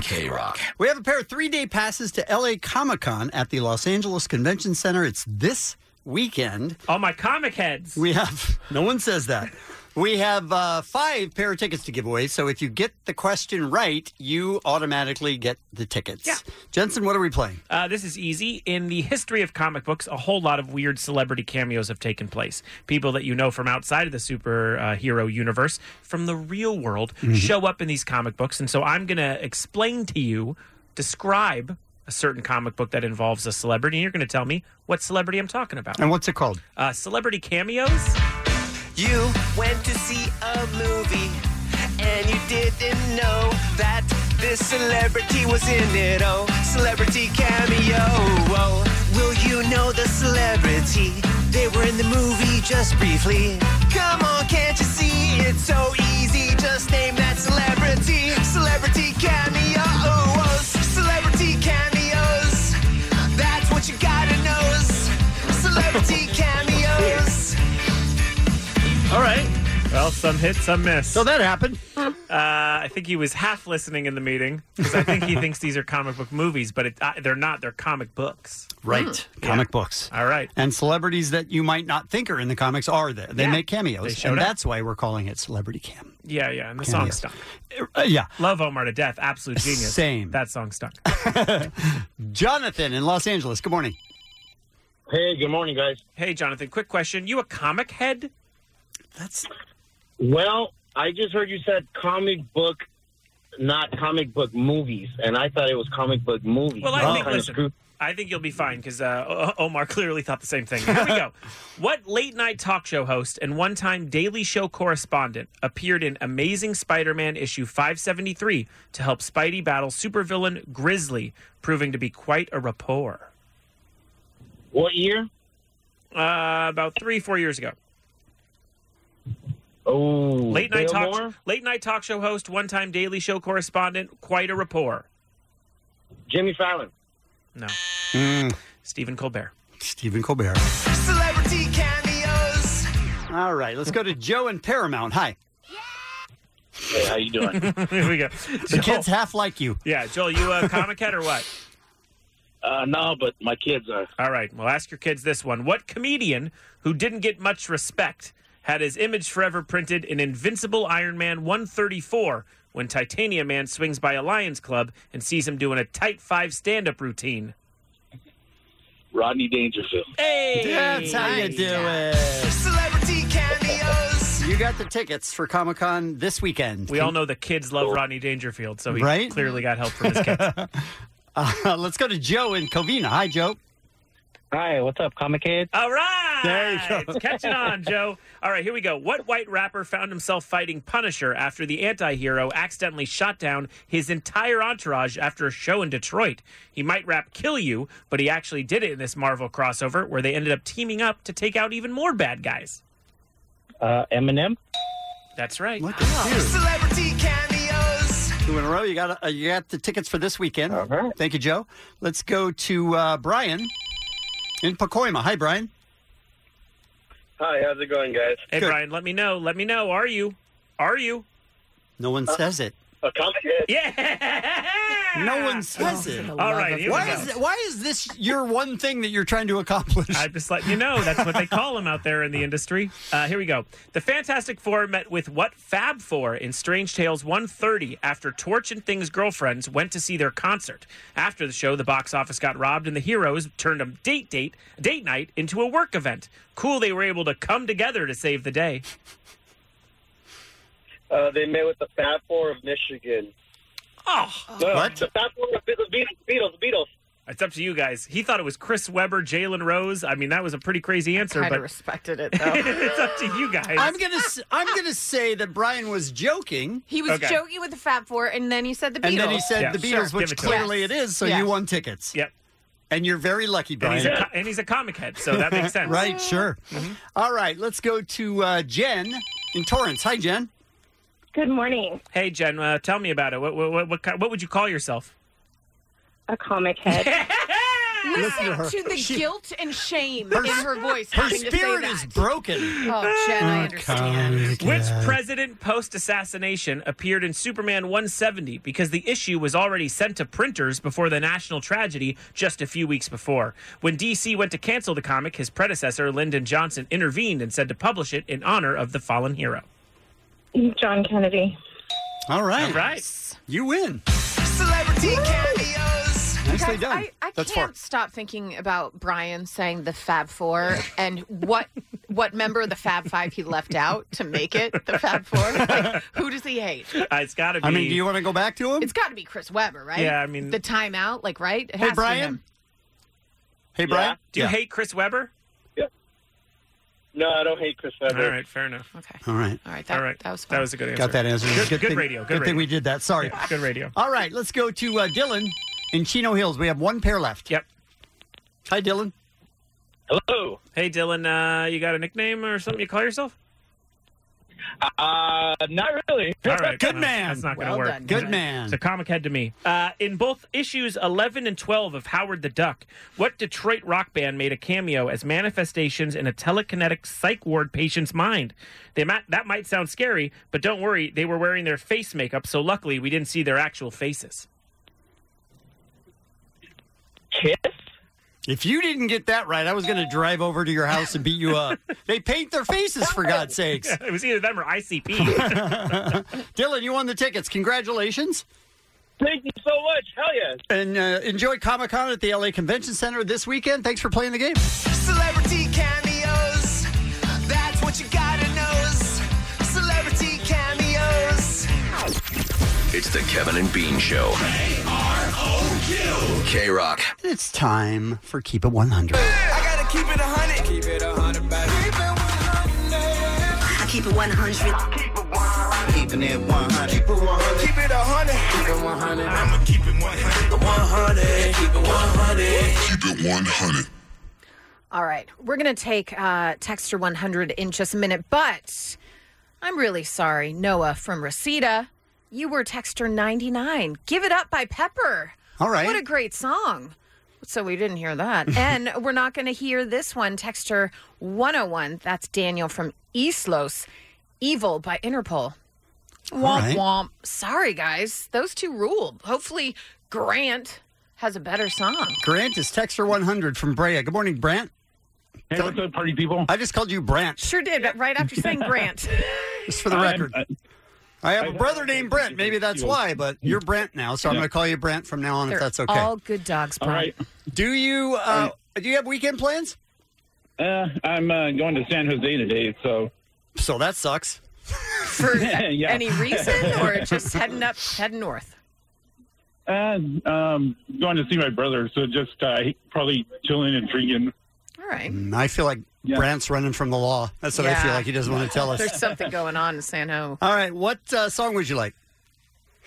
K Rock. We have a pair of three day passes to LA Comic Con at the Los Angeles Convention Center. It's this weekend. All my comic heads. We have, *laughs* no one says that. We have uh, five pair of tickets to give away. So if you get the question right, you automatically get the tickets. Yeah. Jensen, what are we playing? Uh, this is easy. In the history of comic books, a whole lot of weird celebrity cameos have taken place. People that you know from outside of the superhero universe, from the real world, Mm-hmm. show up in these comic books. And so I'm going to explain to you, describe a certain comic book that involves a celebrity, and you're going to tell me what celebrity I'm talking about. And what's it called? Uh, celebrity cameos? You went to see a movie and you didn't know that this celebrity was in it. Oh, celebrity cameo. Oh, will you know the celebrity? They were in the movie just briefly. Come on, can't you see? It's so easy. Just name that celebrity. Celebrity cameo. Oh, celebrity cameos. That's what you gotta know. Celebrity cameo. Some hit, some miss. So that happened. Uh, I think he was half listening in the meeting because I *laughs* think he thinks these are comic book movies, but it, uh, they're not. They're comic books. Right. Yeah. Comic books. All right. And celebrities that you might not think are in the comics are there. They Yeah. make They cameos. showed and up. that's why we're calling it Celebrity Cam. Yeah, yeah. And the Can song you- stuck. Uh, yeah. Love Omar to death. Absolute genius. Same. That song stuck. Jonathan in Los Angeles. Good morning. Hey, good morning, guys. Hey, Jonathan. Quick question. You a comic head? That's Well, I just heard you said comic book, not comic book movies, and I thought it was comic book movies. Well, I I'm think kinda listen, screwed. I think you'll be fine because uh, O- O- Omar *laughs* clearly thought the same thing. Here we *laughs* go. what late night talk show host and one time Daily Show correspondent appeared in Amazing Spider Man issue 573 to help Spidey battle supervillain Grizzly, proving to be quite a rapport? What year? Uh, about three, four years ago. Oh, Late night Bill talk, Moore? late night talk show host, one time Daily Show correspondent, quite a rapport. Jimmy Fallon. No. Mm. Stephen Colbert. Stephen Colbert. Celebrity cameos. All right. Let's go to Joe in Paramount. Hi. Hey, how you doing? *laughs* Here we go. The kids half like you. Yeah, Joel, you a comic head or what? *laughs* Uh, no, but my kids are. All right. Well, ask your kids this one. What comedian who didn't get much respect had his image forever printed in Invincible Iron Man 134 when Titania Man swings by a Lions Club and sees him doing a tight five stand up routine? Rodney Dangerfield. Hey! That's how you do it. Celebrity cameos. You got the tickets for Comic Con this weekend. *laughs* We all know the kids love Rodney Dangerfield, so he Right? clearly got help from his kids. Uh, let's go to Joe in Covina. Hi, Joe. Hi, what's up, comic kid? All right. There you go. It's catching on, Joe. All right, here we go. What white rapper found himself fighting Punisher after the anti hero accidentally shot down his entire entourage after a show in Detroit? He might rap Kill You, but he actually did it in this Marvel crossover where they ended up teaming up to take out even more bad guys. Uh, Eminem. That's right. Celebrity cameos. Two in a row. You got uh, you got the tickets for this weekend. All right. Thank you, Joe. Let's go to uh, Brian in Pacoima. Hi, Brian. Hi, how's it going, guys? Hey, Brian, let me know. Let me know. Are you? Are you? No one Uh, says it. A comic head? Yeah. No one says it. the All love right, of here we Why go. is, it- why is this your one thing that you're trying to accomplish? I'm just letting you know that's what they call them out there in the industry. Uh, here we go. The Fantastic Four met with what Fab Four in Strange Tales 130 after Torch and Thing's girlfriends went to see their concert. After the show, the box office got robbed, and the heroes turned a date date date night into a work event. Cool, they were able to come together to save the day. Uh, they met with the Fab Four of Michigan. Oh, no, The Fab Four of the Beatles. Beatles. Beatles. It's up to you guys. He thought it was Chris Webber, Jalen Rose. I mean, that was a pretty crazy answer, Kind but of respected it though. *laughs* it's up to you guys. I'm gonna s- I'm *laughs* gonna say that Brian was joking. He was joking with the Fab Four, and then he said the Beatles. and then he said the Beatles, which clearly Yes. it is. So Yes. you won tickets. Yep. And you're very lucky, and Brian. he's, a, co- and he's a comic head, so that makes sense. *laughs* Mm-hmm. right? Sure. All right, let's go to uh, Jen in Torrance. Hi, Jen. Good morning, Hey Jen, uh, tell me about it. What what what what, ki- what would you call yourself? a comic head. *laughs* Listen Listen to, to her. the She- guilt and shame Her- in her voice. her having to say spirit that. is Uh, broken. Oh, Jen, I understand. Which president post assassination appeared in Superman 170 because the issue was already sent to printers before the national tragedy just a few weeks before? When DC went to cancel the comic, his predecessor, Lyndon Johnson, intervened and said to publish it in honor of the fallen hero. John Kennedy. All right. All right. You win. Celebrity cameos. Nicely Guys, done. I, I That's can't stop thinking about Brian saying the Fab Four and what what member of the Fab Five he left out to make it the Fab Four. Like, who does he hate? *laughs* Uh, it's got to be. I mean, do you want to go back to him? It's got to be Chris Webber, right? Yeah, I mean- the timeout, like right. It Hey, has to be Brian? him. Hey, Brian. Do you Yeah. hate Chris Webber? No, I don't hate Chris Webber. All right, fair enough. Okay. All right. All right. All right. That was, a good answer. Got that answer. Good, good thing- radio. Good, good radio. thing we did that. Sorry. Yeah, good radio. All right, let's go to uh, Dylan in Chino Hills. We have one pair left. Yep. Hi, Dylan. Hello. Hey, Dylan. Uh, you got a nickname or something you call yourself? Uh, not really. All right. Good No, man. That's not going to Well work. done. Good man. It's a comic head to me. Uh, in both issues 11 and 12 of Howard the Duck, what Detroit rock band made a cameo as manifestations in a telekinetic psych ward patient's mind? They might, that might sound scary, but don't worry, they were wearing their face makeup, so luckily we didn't see their actual faces. If you didn't get that right, I was going to drive over to your house and beat *laughs* you up. they paint their faces, for God's sakes. it was either them or ICP. *laughs* *laughs* Dylan, you won the tickets. Congratulations. Thank you so much. Hell yes. And uh, enjoy Comic Con at the LA Convention Center this weekend. Thanks for playing the game. Celebrity cameos. That's what you gotta know. is Celebrity cameos. It's the Kevin and Bean Show. K Rock. It's time for Keep It 100. I gotta keep it a hundred. Keep it a hundred, baby. I keep it 100. Keeping it 100. Keep it 100. Keep it 100. Keep it 100. I'ma keep it 100. Keep it 100. Keep it 100. All right, we're going to take uh, Texter 100 in just a minute, but I'm really sorry, Noah from Reseda. You were Texter 99. Give it up by Pepper. All right. What a great song. So we didn't hear *laughs* that. and we're not going to hear this one, Texter 101. That's Daniel from East Los, Evil by Interpol. All Womp right. womp. Sorry, guys. Those two ruled. Hopefully, Grant has a better song. Grant is Texter 100 from Brea. Good morning, Brant. Hey, what's up, party people? I just called you Brant, Sure did, but right after *laughs* saying Grant. just for the record. I have a brother named Brent. Maybe that's why, but you're Brent now, so I'm Yeah. going to call you Brent from now on They're if that's okay. All good dogs, Brian. Do you uh, do you have weekend plans? Uh, I'm uh, going to San Jose today, so. So that sucks. *laughs* *laughs* *laughs* For Any reason, or just heading up, heading north? Uh, um, going to see my brother, so just uh, probably chilling and drinking. All right. Mm, I feel like Brant's running from the law. That's what I feel Yeah. like he doesn't want to tell us. There's something going on in San *laughs* Ho. All right, what uh, song would you like?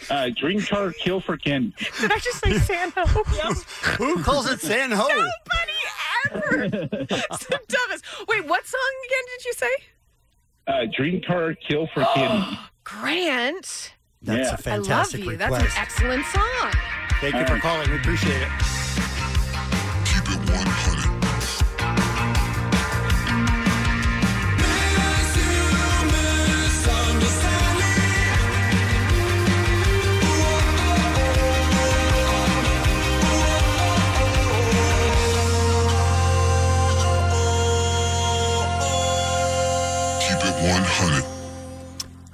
Uh, Dream Car Kill for Ken. Did I just say San Ho? Who calls it San Ho? Nobody ever. it's the dumbest. Wait, what song again did you say? *laughs* Uh, Dream Car Kill for Ken. *gasps* Grant. That's a fantastic I love you. That's request. an excellent song. Thank you for calling. We appreciate it.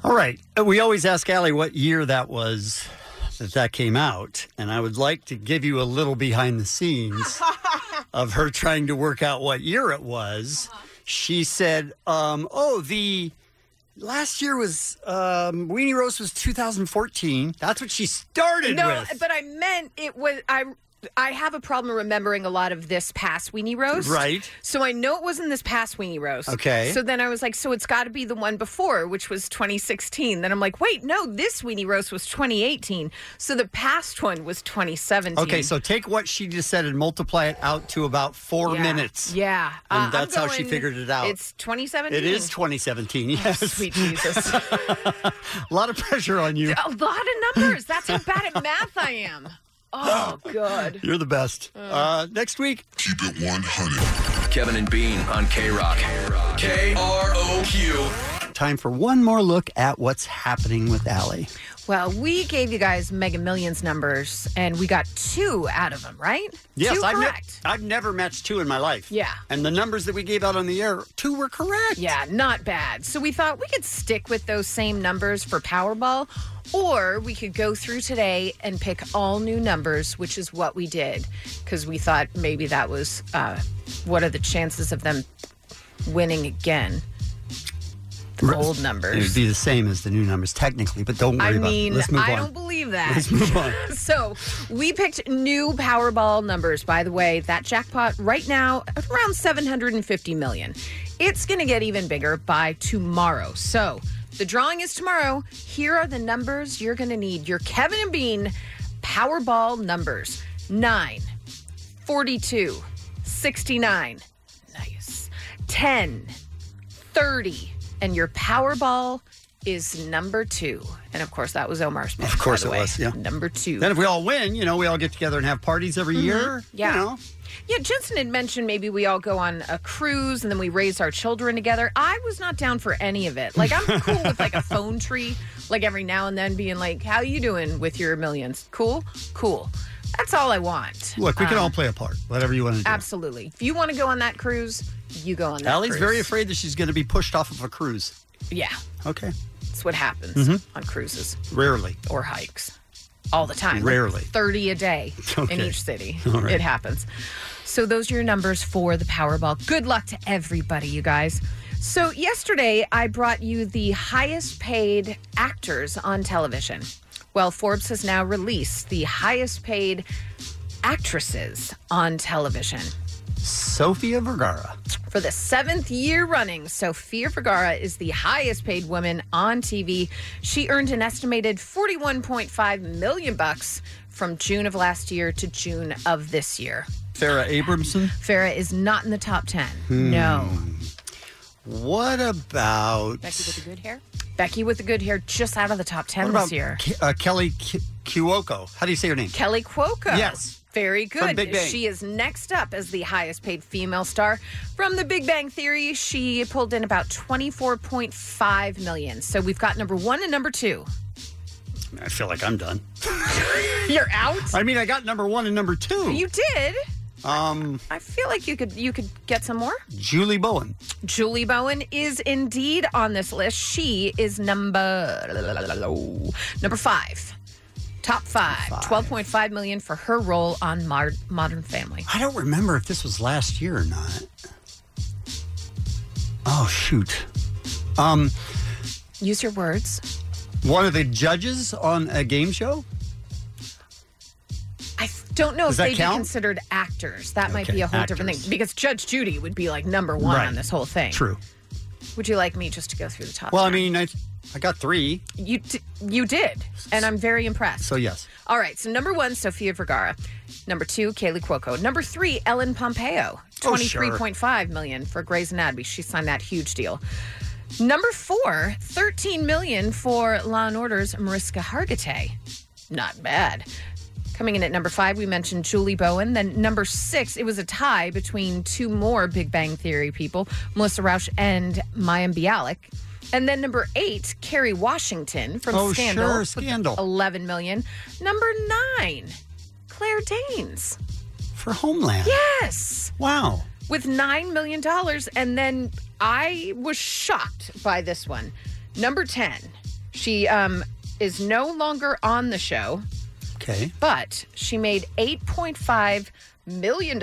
All right. Uh, We always ask Allie what year that was that that came out, and I would like to give you a little behind *laughs* the scenes of her trying to work out what year it was. Uh-huh. She said, um, "Oh, the last year was um, Weenie Rose was 2014. That's what she started No, uh, with." but I meant it was I. I have a problem remembering a lot of this past weenie roast. Right. So I know it wasn't this past weenie roast. Okay. So then I was like, so it's got to be the one before, which was 2016. Then I'm like, wait, no, this weenie roast was 2018. So the past one was 2017. Okay, so take what she just said and multiply it out to about four Yeah. minutes. Yeah. Uh, And I'm that's how she going- figured it out. It's 2017. It is 2017. Yes. sweet Oh, Jesus. *laughs* a lot of pressure on you. a lot of numbers. That's how bad at math I am. Oh, God. You're the best. Uh, next week. Keep it 100. Kevin and Bean on K Rock. K R O Q. Time for one more look at what's happening with Allie. Well, we gave you guys Mega Millions numbers, and we got two out of them, right? two I've, ne- correct. I've never matched two in my life. Yeah. And the numbers that we gave out on the air, two were correct. Yeah, not bad. So we thought we could stick with those same numbers for Powerball, or we could go through today and pick all new numbers, which is what we did, because we thought maybe that was uh, what are the chances of them winning again? The old numbers. It would be the same as the new numbers, technically, but don't worry I about mean, it. Let's move I on. don't believe that. Let's move on. *laughs* so we picked new Powerball numbers. By the way, that jackpot right now at around 750 million. It's going to get even bigger by tomorrow. So the drawing is tomorrow. Here are the numbers you're going to need. Your Kevin and Bean Powerball numbers: nine, 42, 69, nice, 10, 30, and your Powerball is number two. And of course, that was Omar Smith. Of course by the it way. was. Yeah. Number two. Then if we all win, you know, we all get together and have parties every Mhm. year. Yeah. You know, Yeah, Jensen had mentioned maybe we all go on a cruise and then we raise our children together. I was not down for any of it. Like I'm cool with *laughs* like a phone tree, like every now and then being like, How you doing with your millions? Cool? Cool. That's all I want. look, we can Um, all play a part. Whatever you want to do. Absolutely. If you want to go on that cruise, you go on that Allie's cruise. very afraid that she's going to be pushed off of a cruise. Yeah. Okay. That's what happens Mhm. on Mm-hmm. cruises Rarely. or hikes all the time. like Rarely. 30 a day in Okay. each city. *laughs* All right. It happens. So those are your numbers for the Powerball. Good luck to everybody, you guys. So yesterday I brought you the highest paid actors on television. Well, Forbes has now released the highest paid actresses on television. Sophia Vergara. For the seventh year running, Sofia Vergara is the highest paid woman on TV. She earned an estimated 41.5 million bucks from June of last year to June of this year. Farrah Abramson. Farah is not in the top 10. Hmm. No. What about Becky with the good hair? Becky with the good hair just out of the top 10 what about this year. Ke- uh, Kelly Ki- Cuoco? How do you say her name? Kelly Cuoco. Yes. Very From good. Big Bang. She is next up as the highest paid female star. From the Big Bang Theory, she pulled in about 24.5 million. So we've got number 1 and number 2. I feel like I'm done. You're out? I mean, I got number one and number two. You did. um, I feel like you could you could get some more. Julie Bowen. Julie Bowen is indeed on this list. She is number number 5. Top 5. 12.5 million for her role on Mar- Modern Family. I don't remember if this was last year or not. Oh shoot. Um, Use your words. one of the judges on a game show. I don't know Does if that they'd count? be considered actors. That might Okay, be a whole different actors. thing because Judge Judy would be like number 1 Right. on this whole thing. True. Would you like me just to go through the top? Well, I 10? mean, I I got three, you d- you did, and I'm very impressed. so yes. All right. So number one, Sofia Vergara. Number two, Kaylee Cuoco. Number three, Ellen Pompeo. Oh, twenty sure. three point five million for Grey's Anatomy. She signed that huge deal. Number four, 13 million for Law and Order's Mariska Hargitay. Not bad. Coming in at number five, we mentioned Julie Bowen. Then number six, it was a tie between two more Big Bang Theory people, Melissa Rauch and Mayim Bialik. And then number eight, Kerry Washington from Oh, Scandal. sure, with Scandal. 11 million. Number nine, Claire Danes. For Homeland. Yes. Wow. With $9 million. And then I was shocked by this one. Number 10, she um, is no longer on the show, Okay. but she made $8.5 million.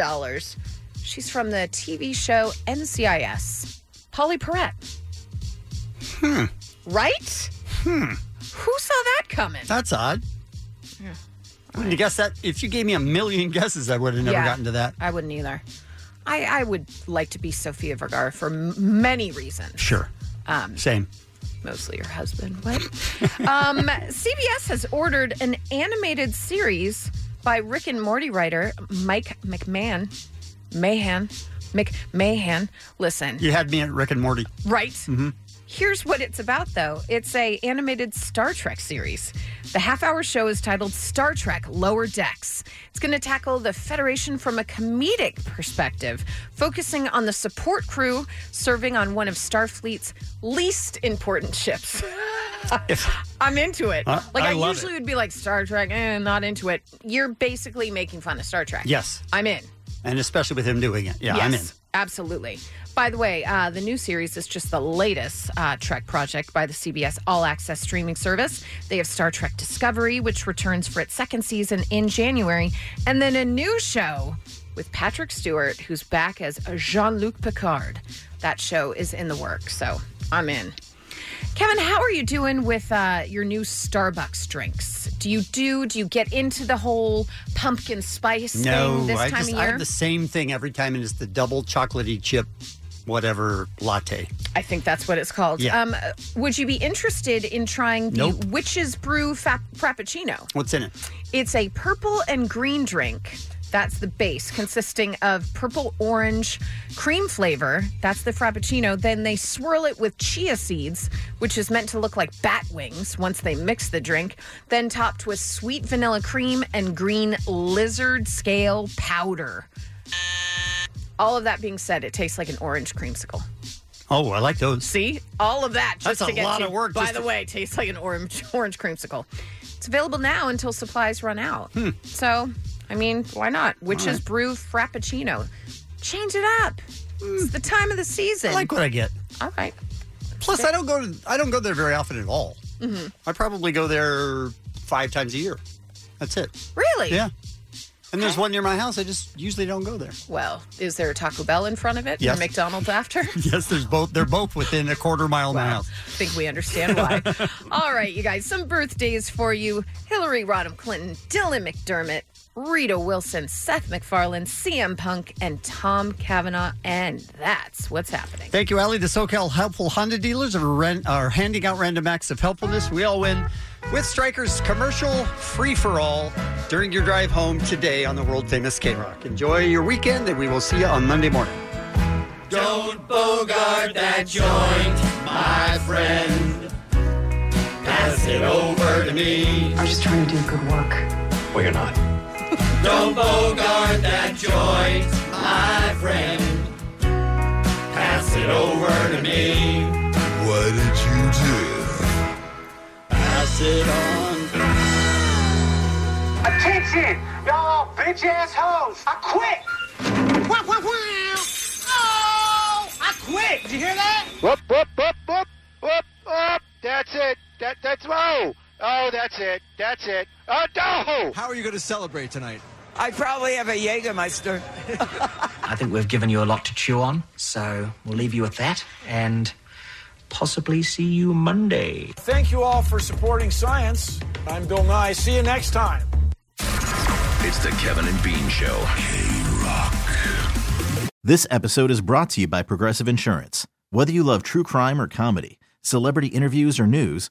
She's from the TV show NCIS, Polly Perrette. Hmm. Right? Hmm. Who saw that coming? That's odd. Yeah. Wouldn't you guess that? If you gave me a million *laughs* guesses, I would have never Yeah. gotten to that. I wouldn't either. I, I would like to be Sophia Vergara for m- many reasons. Sure. Um, Same. Mostly your husband. What? um, CBS has ordered an animated series by Rick and Morty writer Mike McMahon. Mahan. McMahon. Listen, You had me at Rick and Morty. right? hmm Here's what it's about, though. It's a animated Star Trek series. The half-hour show is titled Star Trek: Lower Decks. It's going to tackle the Federation from a comedic perspective, focusing on the support crew serving on one of Starfleet's least important *laughs* ships. *laughs* I'm into it. I- like I I, love usually would be like Star Trek, eh, not into it. You're basically making fun of Star Trek. Yes. I'm in. And especially with him doing it. Yeah, I'm in. Yes, Absolutely. By the way, uh, the new series is just the latest uh, Trek project by the CBS All Access streaming service. They have Star Trek Discovery, which returns for its second season in January, and then a new show with Patrick Stewart, who's back as Jean Luc Picard. That show is in the works, so I'm in. Kevin, how are you doing with uh, your new Starbucks drinks? Do you do? Do you get into the whole pumpkin spice No, thing this I time just of I year? have the same thing every time, and it's the double chocolatey chip, whatever latte. I think that's what it's called. Yeah. Um, would you be interested in trying the Nope. Witch's Brew fa- Frappuccino? What's in it? It's a purple and green drink That's the base consisting of purple orange cream flavor. That's the frappuccino. Then they swirl it with chia seeds, which is meant to look like bat wings once they mix the drink. Then topped with sweet vanilla cream and green lizard scale powder. All of that being said, it tastes like an orange creamsicle. Oh, I like those. See, all of that. Just That's to a get lot to- of work By just the to- way, tastes like an orange *laughs* orange creamsicle. It's available now until supplies run out. Hmm. So, I mean, why not? Witches right. brew frappuccino. Change it up. It's the time of the season. Hmm. I like what I get. All right. Plus, I don't go to, I don't go there very often at all. Mhm. I probably go there five times a year. That's it. Really? Yeah. And there's one near my house. I just usually don't go there. Well, is there a Taco Bell in front of it? Yes. And a McDonald's *laughs* after? I Yes, there's both. They're both within a quarter mile of my house. think we understand why. all right, you guys, some birthdays for you Hillary Rodham Clinton, Dylan McDermott, Rita Wilson, Seth MacFarlane, CM Punk, and Tom Kavanaugh. And that's what's happening. Thank you, Allie. The SoCal Helpful Honda dealers are, ren- are handing out random acts of helpfulness. We all win with Strikers commercial free for all during your drive home today on the world famous K Rock. Enjoy your weekend, and we will see you on Monday morning. Don't bogart that joint, my friend. Pass it over to me. I'm just trying to do good work. Well, you're not. *laughs* Don't bogart that joint, my friend. Pass it over to me. What did you do? Pass it on. *gasps* Attention, y'all bitch ass hoes. I quit. Wah, wah, wah. Oh, I quit. Did you hear that? Whoop, whoop, whoop, whoop, whoop, whoop. That's it. That, that's, oh, oh, that's it. That's it. Oh, no. How are you going to celebrate tonight? I probably have a Jägermeister. I think we've given you a lot to chew on, so we'll leave you with that and possibly see you Monday. Thank you all for supporting science. I'm Bill Nye. See you next time. It's the Kevin and Bean Show. This episode is brought to you by Progressive Insurance. Whether you love true crime or comedy, celebrity interviews or news,